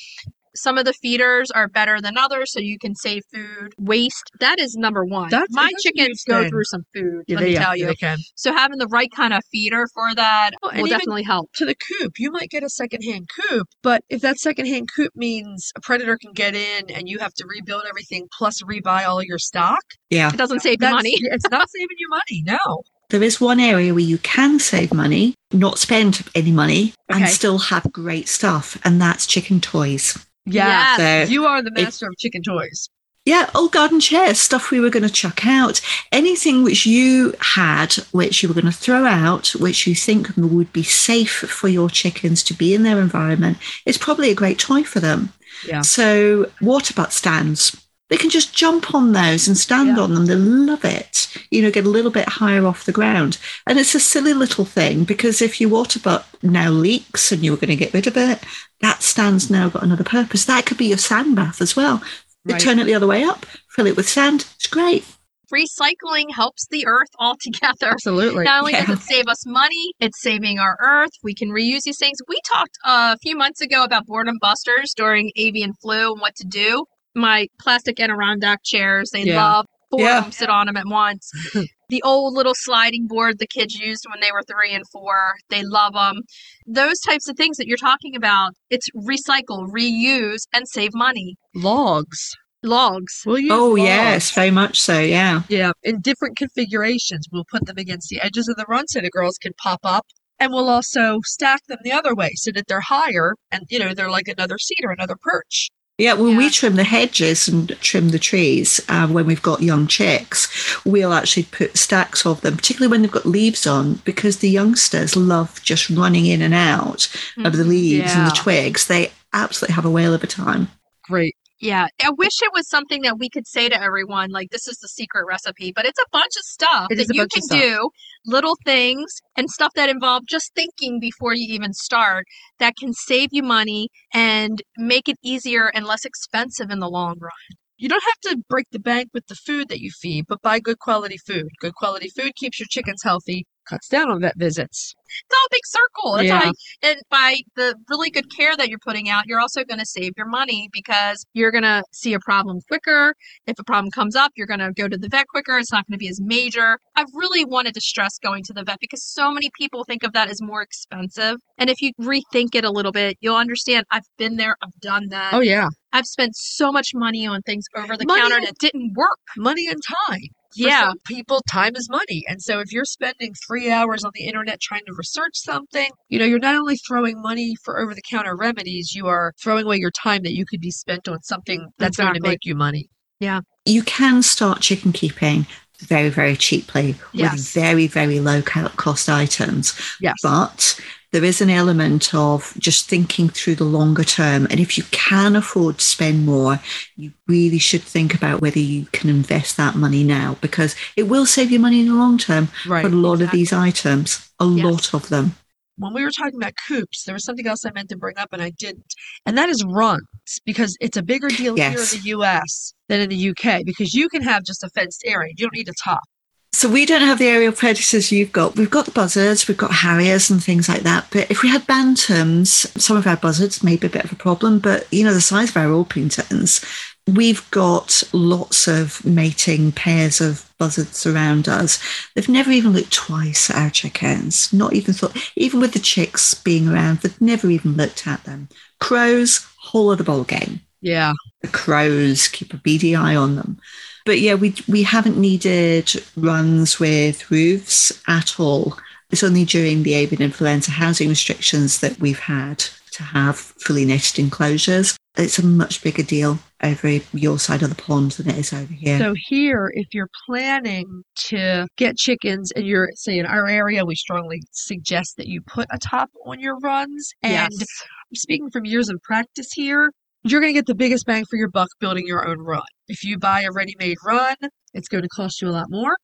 B: Some of the feeders are better than others, so you can save food waste. That is number one.
C: That's-
B: My
C: that's a
B: chickens
C: huge
B: go
C: thing.
B: through some food,
C: Yeah,
B: let me
C: they- yeah,
B: tell
C: yeah,
B: you.
C: they can.
B: So having the right kind of feeder for that
C: Well, Oh, and
B: will
C: even-
B: definitely help.
C: to the coop. You might get a secondhand coop, but if that secondhand coop means a predator can get in and you have to rebuild everything plus rebuy all your stock,
D: Yeah.
B: It doesn't save you
C: that's-
B: money.
C: it's not saving you money. No.
D: There is one area where you can save money, not spend any money, and
C: Okay.
D: still have great stuff, and that's chicken toys.
C: Yeah.
D: So,
C: You are the master of chicken toys.
D: yeah, old garden chairs, stuff we were going to chuck out. Anything which you had, which you were going to throw out, which you think would be safe for your chickens to be in their environment, is probably a great toy for them.
C: Yeah.
D: So, water butt stands. They can just jump on those and stand
C: Yeah.
D: on them. They love it. You know, get a little bit higher off the ground. And it's a silly little thing because if your water butt now leaks and you were going to get rid of it, that stand's now got another purpose. That could be your sand bath as well. You
C: Right.
D: turn it the other way up, fill it with sand. It's great.
B: Recycling helps the earth altogether.
C: Absolutely.
B: Not only
D: Yeah.
B: does it save us money, it's saving our earth. We can reuse these things. We talked uh, a few months ago about boredom busters during avian flu and what to do. My plastic Adirondack chairs, they
C: Yeah.
B: love four
D: Yeah.
B: of them sit on them at once. the old little sliding board the kids used when they were three and four, they love them. Those types of things that you're talking about, it's recycle, reuse, and save money.
C: Logs.
B: Logs.
C: We'll use
D: Oh,
C: logs.
D: yes, very much so. Yeah.
C: Yeah. In different configurations, we'll put them against the edges of the run so the girls can pop up. And we'll also stack them the other way so that they're higher and, you know, they're like another seat or another perch.
D: Yeah, when
B: Yeah.
D: we trim the hedges and trim the trees uh, when we've got young chicks, we'll actually put stacks of them, particularly when they've got leaves on, because the youngsters love just running in and out of
B: Mm-hmm.
D: the leaves and the
C: Mm-hmm. Yeah.
D: twigs. They absolutely have a whale of a time.
C: Great.
B: Yeah, I wish it was something that we could say to everyone, like this is the secret recipe, but it's a bunch of stuff
C: It is
B: that
C: a
B: you
C: bunch
B: can
C: of stuff.
B: do, little things and stuff that involve just thinking before you even start that can save you money and make it easier and less expensive in the long run.
C: You don't have to break the bank with the food that you feed, but buy good quality food. Good quality food keeps your chickens healthy, cuts down on vet visits.
B: It's all a big circle. That's
C: Yeah.
B: why, and by the really good care that you're putting out, you're also going to save your money because you're going to see a problem quicker. If a problem comes up, you're going to go to the vet quicker. It's not going to be as major. I really wanted to stress going to the vet because so many people think of that as more expensive. And if you rethink it a little bit, you'll understand. I've been there. I've done that.
C: Oh yeah,
B: I've spent so much money on things over the
C: Money
B: counter
C: and-
B: that didn't work.
C: money and time.
B: Yeah.
C: some people, time is money. And so if you're spending three hours on the internet trying to research something, you know, you're not only throwing money for over the counter remedies, you are throwing away your time that you could be spent on something that's going to
B: Exactly.
C: make you money.
D: You can start chicken keeping very, very cheaply with
C: Yes.
D: very, very low co- cost items.
C: Yes.
D: But there is an element of just thinking through the longer term. And if you can afford to spend more, you really should think about whether you can invest that money now because it will save you money in the long term
C: right.
D: for a lot of
C: exactly.
D: these items, a
C: Yes.
D: lot of them.
C: when we were talking about coops, there was something else I meant to bring up and I didn't. And that is runs because it's a bigger deal
D: Yes.
C: here in the US than in the UK because you can have just a fenced area. You don't need a top.
D: So we don't have the aerial predators you've got. We've got the buzzards, we've got harriers and things like that. But if we had bantams, some of our buzzards may be a bit of a problem, but you know, the size of our Orpingtons, we've got lots of mating pairs of buzzards around us. They've never even looked twice at our chickens, not even thought, even with the chicks being around, they've never even looked at them. Crows, whole of the ball game
C: Yeah.
D: the crows keep a beady eye on them but yeah we we haven't needed runs with roofs at all it's only during the avian influenza housing restrictions that we've had to have fully nested enclosures it's a much bigger deal over your side of the pond than it is over here
C: So here, if you're planning to get chickens and you're, say, in our area, we strongly suggest that you put a top on your runs. And speaking from years of practice here, you're going to get the biggest bang for your buck building your own run. If you buy a ready made run, it's going to cost you a lot more.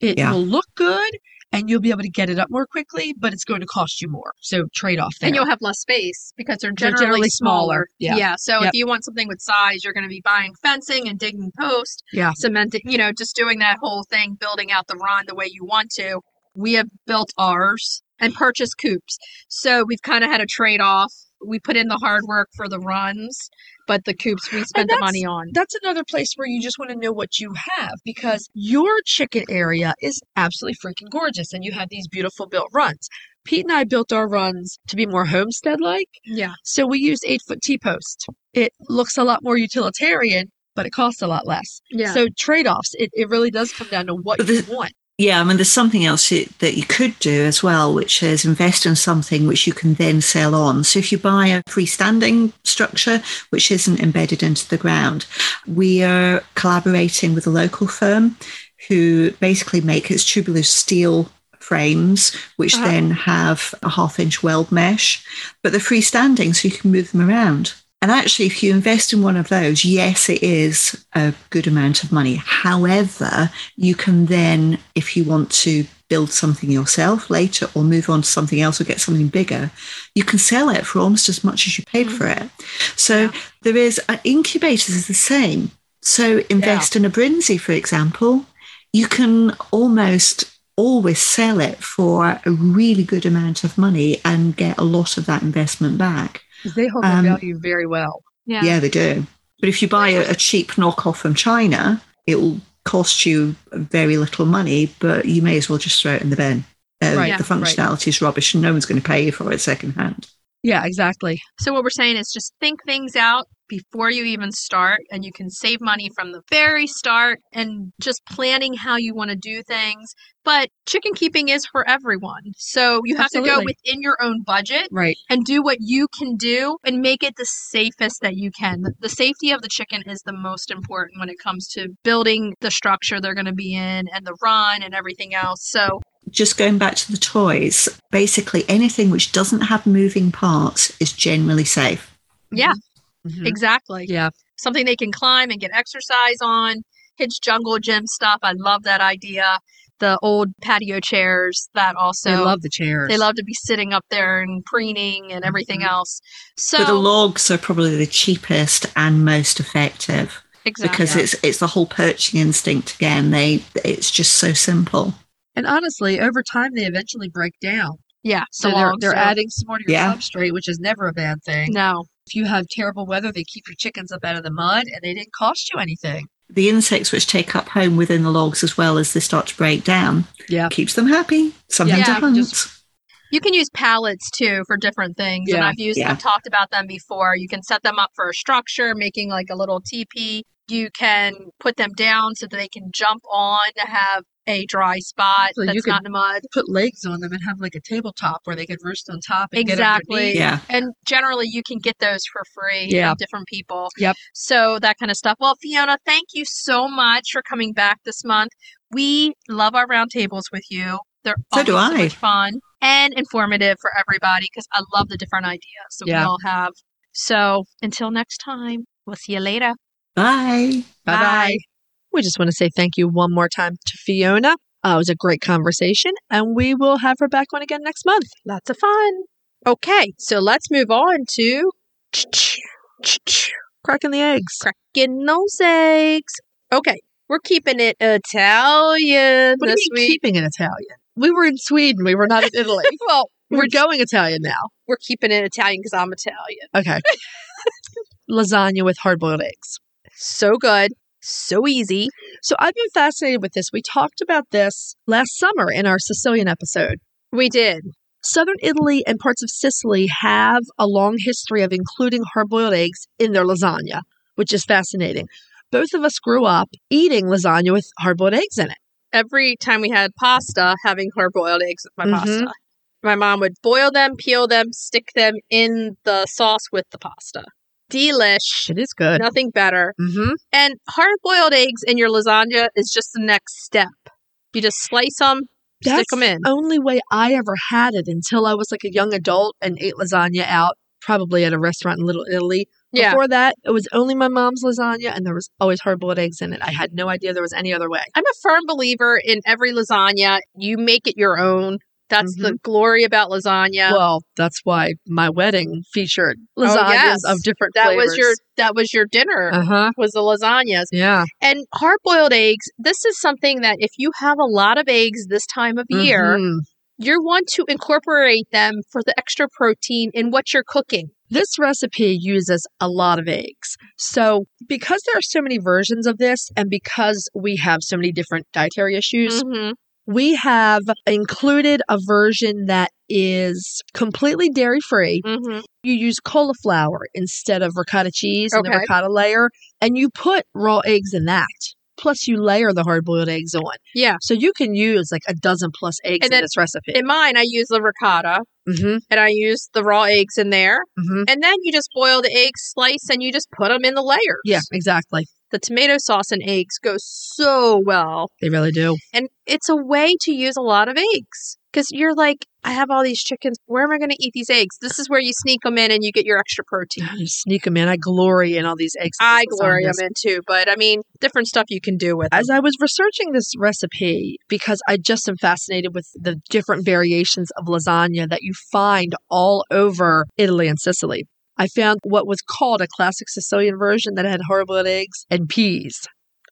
C: It
D: Yeah.
C: will look good and you'll be able to get it up more quickly, but it's going to cost you more. So trade off there.
B: and you'll have less space because they're
C: They're
B: generally,
C: generally smaller. Yeah.
B: Yeah. So
C: Yep.
B: if you want something with size, you're going to be buying fencing and digging post,
C: Yeah.
B: cementing, you know, just doing that whole thing, building out the run the way you want to. We have built ours and purchased coops. So we've kind of had a trade off. We put in the hard work for the runs, but the coops we spent the
C: that's-
B: money on.
C: that's another place where you just want to know what you have because your chicken area is absolutely freaking gorgeous and you have these beautiful built runs. Pete and I built our runs to be more homestead like,
B: Yeah.
C: so we used eight foot T post. It looks a lot more utilitarian, but it costs a lot less.
B: Yeah.
C: So trade offs, it, it really does come down to what
D: But
C: you
D: the-
C: want.
D: Yeah, I mean, there's something else you- that you could do as well, which is invest in something which you can then sell on. So if you buy a freestanding structure which isn't embedded into the ground, we are collaborating with a local firm who basically make its tubular steel frames, which
C: Uh-huh.
D: then have a half inch weld mesh, but they're freestanding, so you can move them around. And actually, if you invest in one of those, yes, it is a good amount of money. However, you can then, if you want to build something yourself later or move on to something else or get something bigger, you can sell it for almost as much as you paid for it. So there is uh, incubators is the same. So invest in a Brinzy, for example, you can almost always sell it for a really good amount of money and get a lot of that investment back.
C: 'Cause They hold
D: Um,
C: their value very well.
B: Yeah.
D: Yeah, they do. But if you buy a, a cheap knockoff from China, it will cost you very little money, but you may as well just throw it in the bin. Uh,
C: Right,
D: the functionality is rubbish and no one's going to pay you for it secondhand.
C: Yeah, exactly.
B: So what we're saying is just think things out before you even start and you can save money from the very start and just planning how you want to do things. But chicken keeping is for everyone. So you have to
C: Absolutely.
B: go within your own budget
C: Right.
B: and do what you can do and make it the safest that you can. The- The safety of the chicken is the most important when it comes to building the structure they're going to be in and the run and everything else. So
D: Just going back to the toys, basically anything which doesn't have moving parts is generally safe.
C: Mhm.
B: exactly.
C: Yeah.
B: something they can climb and get exercise on. Hidge jungle gym stuff. I love that idea. The old patio chairs that also
C: they love the chairs.
B: they love to be sitting up there and preening and everything
C: Mhm.
B: else.
D: but the
B: So
D: logs are probably the cheapest and most effective
B: exactly.
D: because it's it's the whole perching instinct again. They it's just so simple.
C: And honestly, over time, they eventually break down.
B: Yeah.
C: So
B: the
C: they're,
B: logs
C: they're
B: are-
C: adding some more to your
D: Yeah.
C: substrate, which is never a bad thing.
B: no.
C: If you have terrible weather, they keep your chickens up out of the mud and they didn't cost you anything.
D: The insects which take up home within the logs as well as they start to break down
C: Yeah.
D: keeps them happy. Something
B: Yeah,
D: to
B: you
D: hunt.
B: You can use pallets too for different things. And
C: Yeah,
B: I've used
D: yeah.
B: I've talked about them before. You can set them up for a structure, making like a little teepee You can put them down so that they can jump on to have a dry spot
C: So you
B: that's
C: could-
B: not in the mud.
C: Put legs on them and have like a tabletop where they could roost on top and get
B: Exactly.
C: underneath.
D: Yeah.
B: And generally, you can get those for free
C: Yeah.
B: from different people.
C: Yep.
B: So that kind of stuff. Well, Fiona, thank you so much for coming back this month. We love our roundtables with you. They're
D: So do
B: always so
D: I.
B: much fun and informative for everybody because I love the different ideas that we
C: Yeah.
B: all have. So until next time, we'll see you later.
D: Bye.
C: Bye bye.
B: Bye.
C: We just want to say thank you one more time to Fiona. Uh, it was a great conversation, and we will have her back on again next month.
B: Lots of fun.
C: Okay, so let's move on to cracking the eggs.
B: Cracking those eggs. Okay, we're keeping it Italian
C: What do
B: this
C: you mean
B: week.
C: keeping it Italian? We were in Sweden. We were not in Italy.
B: well,
C: we're going Italian now.
B: we're keeping it Italian because I'm Italian.
C: Okay. Lasagna with hard boiled eggs.
B: so good, so easy.
C: So I've been fascinated with this. We talked about this last summer in our Sicilian episode.
B: We did.
C: Southern Italy and parts of Sicily have a long history of including hard boiled eggs in their lasagna, which is fascinating. Both of us grew up eating lasagna with hard boiled eggs in it.
B: Every time we had pasta, having hard boiled eggs with my
C: Mhm.
B: pasta. My mom would boil them, peel them, stick them in the sauce with the pasta. Delish.
C: It is good.
B: Nothing better.
C: Mm-hmm.
B: And hard boiled eggs in your lasagna is just the next step. You just slice them, stick
C: That's
B: them in.
C: the only way I ever had it until I was like a young adult and ate lasagna out, probably at a restaurant in Little Italy.
B: Yeah.
C: Before that, it was only my mom's lasagna and there was always hard boiled eggs in it. I had no idea there was any other way.
B: I'm a firm believer in every lasagna. You make it your own. That's
C: Mm-hmm.
B: the glory about lasagna.
C: Well, that's why my wedding featured
B: Oh,
C: lasagnas
B: yes.
C: of different
B: that
C: flavors.
B: was your that was your dinner
C: Uh huh.
B: was the lasagnas.
C: Yeah.
B: And hard boiled eggs, this is something that if you have a lot of eggs this time of year,
C: Mhm.
B: you want to incorporate them for the extra protein in what you're cooking.
C: This recipe uses a lot of eggs. So, because there are so many versions of this and because we have so many different dietary issues,
B: Mm-hmm.
C: we have included a version that is completely dairy free. You use cauliflower instead of ricotta cheese and the
B: Okay.
C: ricotta layer, and you put raw eggs in that. Plus, you layer the hard boiled eggs on.
B: Yeah.
C: So you can use like a dozen plus eggs
B: And then-
C: in this recipe.
B: In mine, I use the ricotta
C: hmm
B: and I use the raw eggs in there.
C: hmm
B: And then you just boil the eggs, slice, and you just put them in the layers.
C: Yeah, exactly.
B: The tomato sauce and eggs go so well.
C: They really do.
B: And it's a way to use a lot of eggs because you're like, I have all these chickens. Where am I going to eat these eggs? This is where you sneak them in and you get your extra protein.
C: You sneak them in. I glory in all these eggs. and
B: I
C: lasagnas.
B: glory I'm in too, but I mean, different stuff you can do with it.
C: As I was researching this recipe, because I just am fascinated with the different variations of lasagna that you find all over Italy and Sicily, I found what was called a classic Sicilian version that had hard boiled eggs and peas,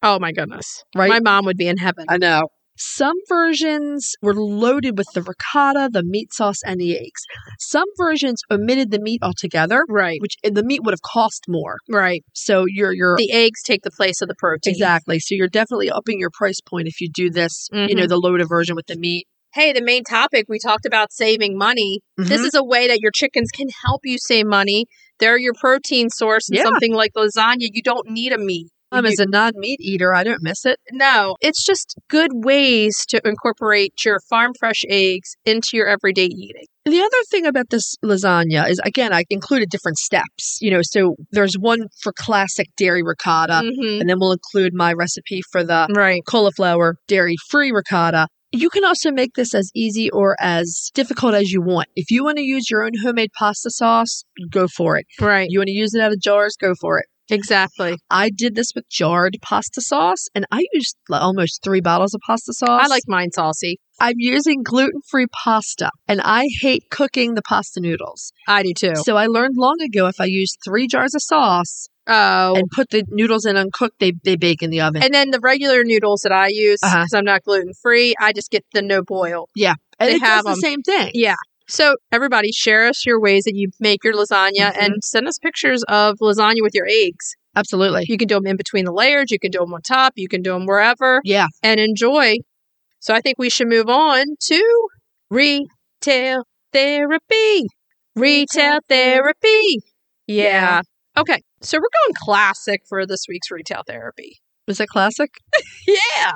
B: Oh my goodness.
C: right?
B: My mom would be in heaven.
C: I know. Some versions were loaded with the ricotta, the meat sauce, and the eggs. Some versions omitted the meat altogether,
B: Right,
C: which and the meat would have cost more.
B: right.
C: So your your
B: The eggs take the place of the protein.
C: Exactly. So you're definitely upping your price point if you do this, you
B: Mm-hmm.
C: know, the loaded version with the meat.
B: Hey, the main topic we talked about saving money. This
C: Mhm.
B: is a way that your chickens can help you save money. They're your protein source and
C: Yeah.
B: something like lasagna. You don't need a meat.
C: Um,
B: You-
C: as a non meat eater, I don't miss it.
B: No, it's just good ways to incorporate your farm fresh eggs into your everyday eating.
C: The other thing about this lasagna is, again, I included different steps, you know, so there's one for classic dairy ricotta,
B: Mm-hmm.
C: and then we'll include my recipe for the
B: Right.
C: cauliflower dairy free ricotta. You can also make this as easy or as difficult as you want. If you want to use your own homemade pasta sauce, go for it.
B: Right.
C: You want to use it out of jars, go for it.
B: Exactly.
C: I did this with jarred pasta sauce, and I used like, almost three bottles of pasta sauce.
B: I like mine saucy.
C: I'm using gluten free pasta, and I hate cooking the pasta noodles.
B: I do too.
C: So I learned long ago if I use three jars of sauce
B: Oh.
C: and put the noodles in uncooked, they they bake in the oven.
B: And then the regular noodles that I use, because
C: Uh-huh.
B: I'm not gluten free, I just get the no boil.
C: And
B: they
C: it does
B: have
C: the
B: 'em.
C: same thing.
B: Yeah. So everybody, share us your ways that you make your lasagna,
C: Mm-hmm.
B: and send us pictures of lasagna with your eggs.
C: Absolutely.
B: You can do them in between the layers. You can do them on top. You can do them wherever,
C: Yeah.
B: and enjoy. So I think we should move on to retail therapy. Retail therapy. Yeah. Okay, so we're going classic for this week's retail therapy.
C: Is it classic?
B: Yeah,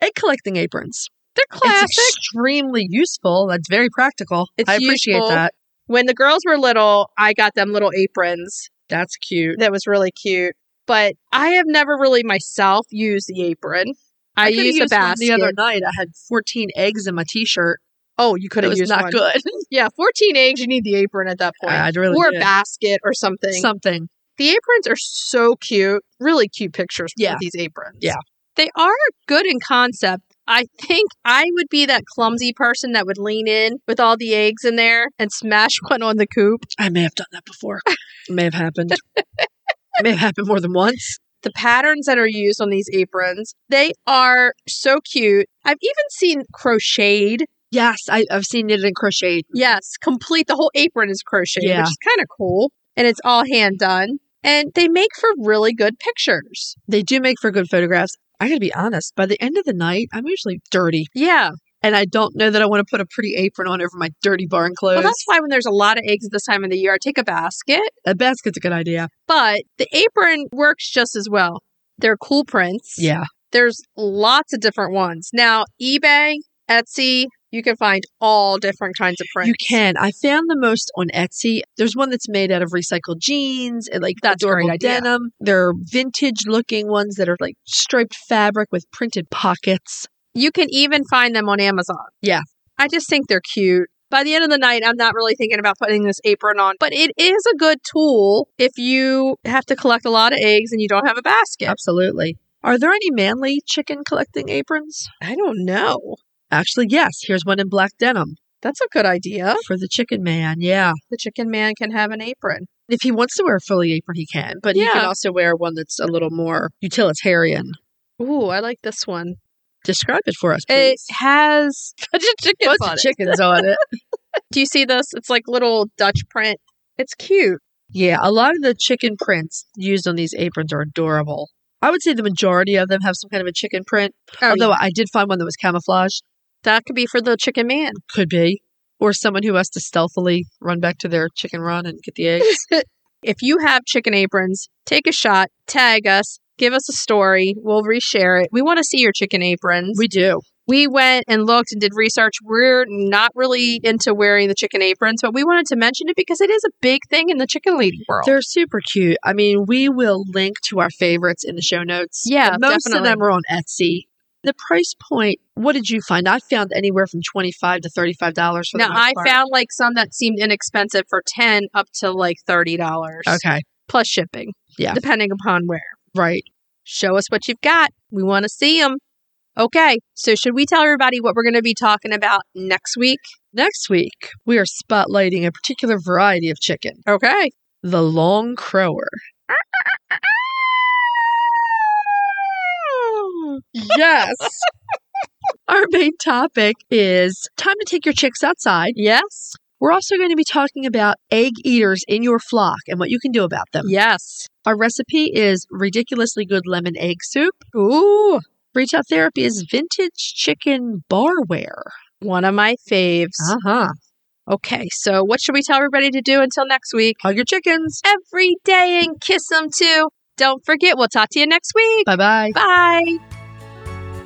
C: Egg collecting aprons.
B: they're classic.
C: It's extremely useful. That's very practical.
B: It's
C: I appreciate
B: useful.
C: that.
B: when the girls were little, I got them little aprons.
C: That's cute.
B: That was really cute. But I have never really myself used the apron. I,
C: could've
B: use a
C: used one
B: basket.
C: The other night, I had 14 eggs in my T-shirt.
B: oh, you could
C: It
B: have
C: was
B: used
C: not
B: one.
C: good.
B: Yeah, fourteen eggs. You need the apron at that point,
C: I'd really
B: or a
C: did.
B: basket or something.
C: something.
B: the aprons are so cute. Really cute pictures
C: Yeah.
B: with these aprons.
C: Yeah.
B: they are good in concept. I think I would be that clumsy person that would lean in with all the eggs in there and smash one on the coop.
C: I may have done that before. it may have happened. it may have happened more than once.
B: the patterns that are used on these aprons they are so cute i've even seen crocheted
C: Yes, I, I've seen knitted and crocheted.
B: yes complete the whole apron is crocheted
C: Yeah.
B: which is kind of cool and it's all hand done and they make for really good pictures
C: They do make for good photographs. I gotta be honest. By the end of the night, I'm usually dirty,
B: yeah
C: and I don't know that I want to put a pretty apron on over my dirty barn clothes.
B: well that's why when there's a lot of eggs this time of the year i take a basket
C: a basket's a good idea.
B: but the apron works just as well they're cool prints
C: Yeah,
B: there's lots of different ones now ebay etsy you can find all different kinds of prints
C: you can. I found the most on Etsy. There's one that's made out of recycled jeans and like
B: That's a
C: adorable
B: great idea.
C: denim. There are vintage looking ones that are like striped fabric with printed pockets.
B: You can even find them on Amazon.
C: Yeah.
B: I just think they're cute. By the end of the night, I'm not really thinking about putting this apron on, but it is a good tool if you have to collect a lot of eggs and you don't have a basket.
C: Absolutely. Are there any manly chicken collecting aprons?
B: I don't know.
C: Actually, yes. Here's one in black denim
B: That's a good idea.
C: for the chicken man. Yeah.
B: The chicken man can have an apron.
C: If he wants to wear a fully apron, he can, but he can
B: Yeah.
C: also wear one that's a little more utilitarian.
B: Ooh, I like this one.
C: Describe it for us,
B: It
C: please.
B: has chickens
C: Bunch of chickens on it.
B: Do you see this? It's like little Dutch print. It's cute.
C: Yeah, a lot of the chicken prints used on these aprons are adorable. I would say the majority of them have some kind of a chicken print,
B: Oh,
C: although I did find one that was camouflaged.
B: that could be for the chicken man.
C: Could be. Or someone who has to stealthily run back to their chicken run and get the eggs.
B: if you have chicken aprons, take a shot, tag us, give us a story. We'll reshare it. We want to see your chicken aprons.
C: we do.
B: We went and looked and did research. We're not really into wearing the chicken aprons, but we wanted to mention it because it is a big thing in the chicken lady world.
C: They're super cute. I mean, we will link to our favorites in the show notes.
B: Yeah,
C: And most
B: definitely.
C: of them are on Etsy. The price point. What did you find? I found anywhere from twenty five to thirty five dollars for the
B: now,
C: most
B: I
C: part.
B: found like some that seemed inexpensive for 10 up to like $30
C: Okay,
B: plus shipping,
C: Yeah.
B: depending upon where.
C: right.
B: Show us what you've got. We want to see them. Okay, so should we tell everybody what we're going to be talking about next week?
C: Next week we are spotlighting a particular variety of chicken,
B: Okay.
C: the long crower. Yes. Our main topic is time to take your chicks outside.
B: Yes.
C: We're also going to be talking about egg eaters in your flock and what you can do about them.
B: Yes.
C: Our recipe is ridiculously good lemon egg soup.
B: Ooh,
C: Retail therapy is vintage chicken barware.
B: one of my faves.
C: huh.
B: Okay, so what should we tell everybody to do until next week?
C: Hug your chickens.
B: Every day and kiss them too. Don't forget, we'll talk to you next week.
C: Bye bye.
B: Bye.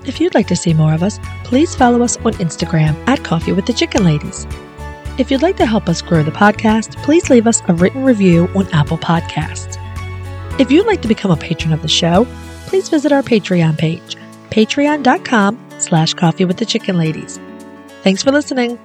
C: If you'd like to see more of us, please follow us on Instagram at Coffee with the Chicken Ladies. If you'd like to help us grow the podcast, please leave us a written review on Apple Podcasts. If you'd like to become a patron of the show, please visit our Patreon page, patreon.com slash coffee with the chicken ladies. Thanks for listening.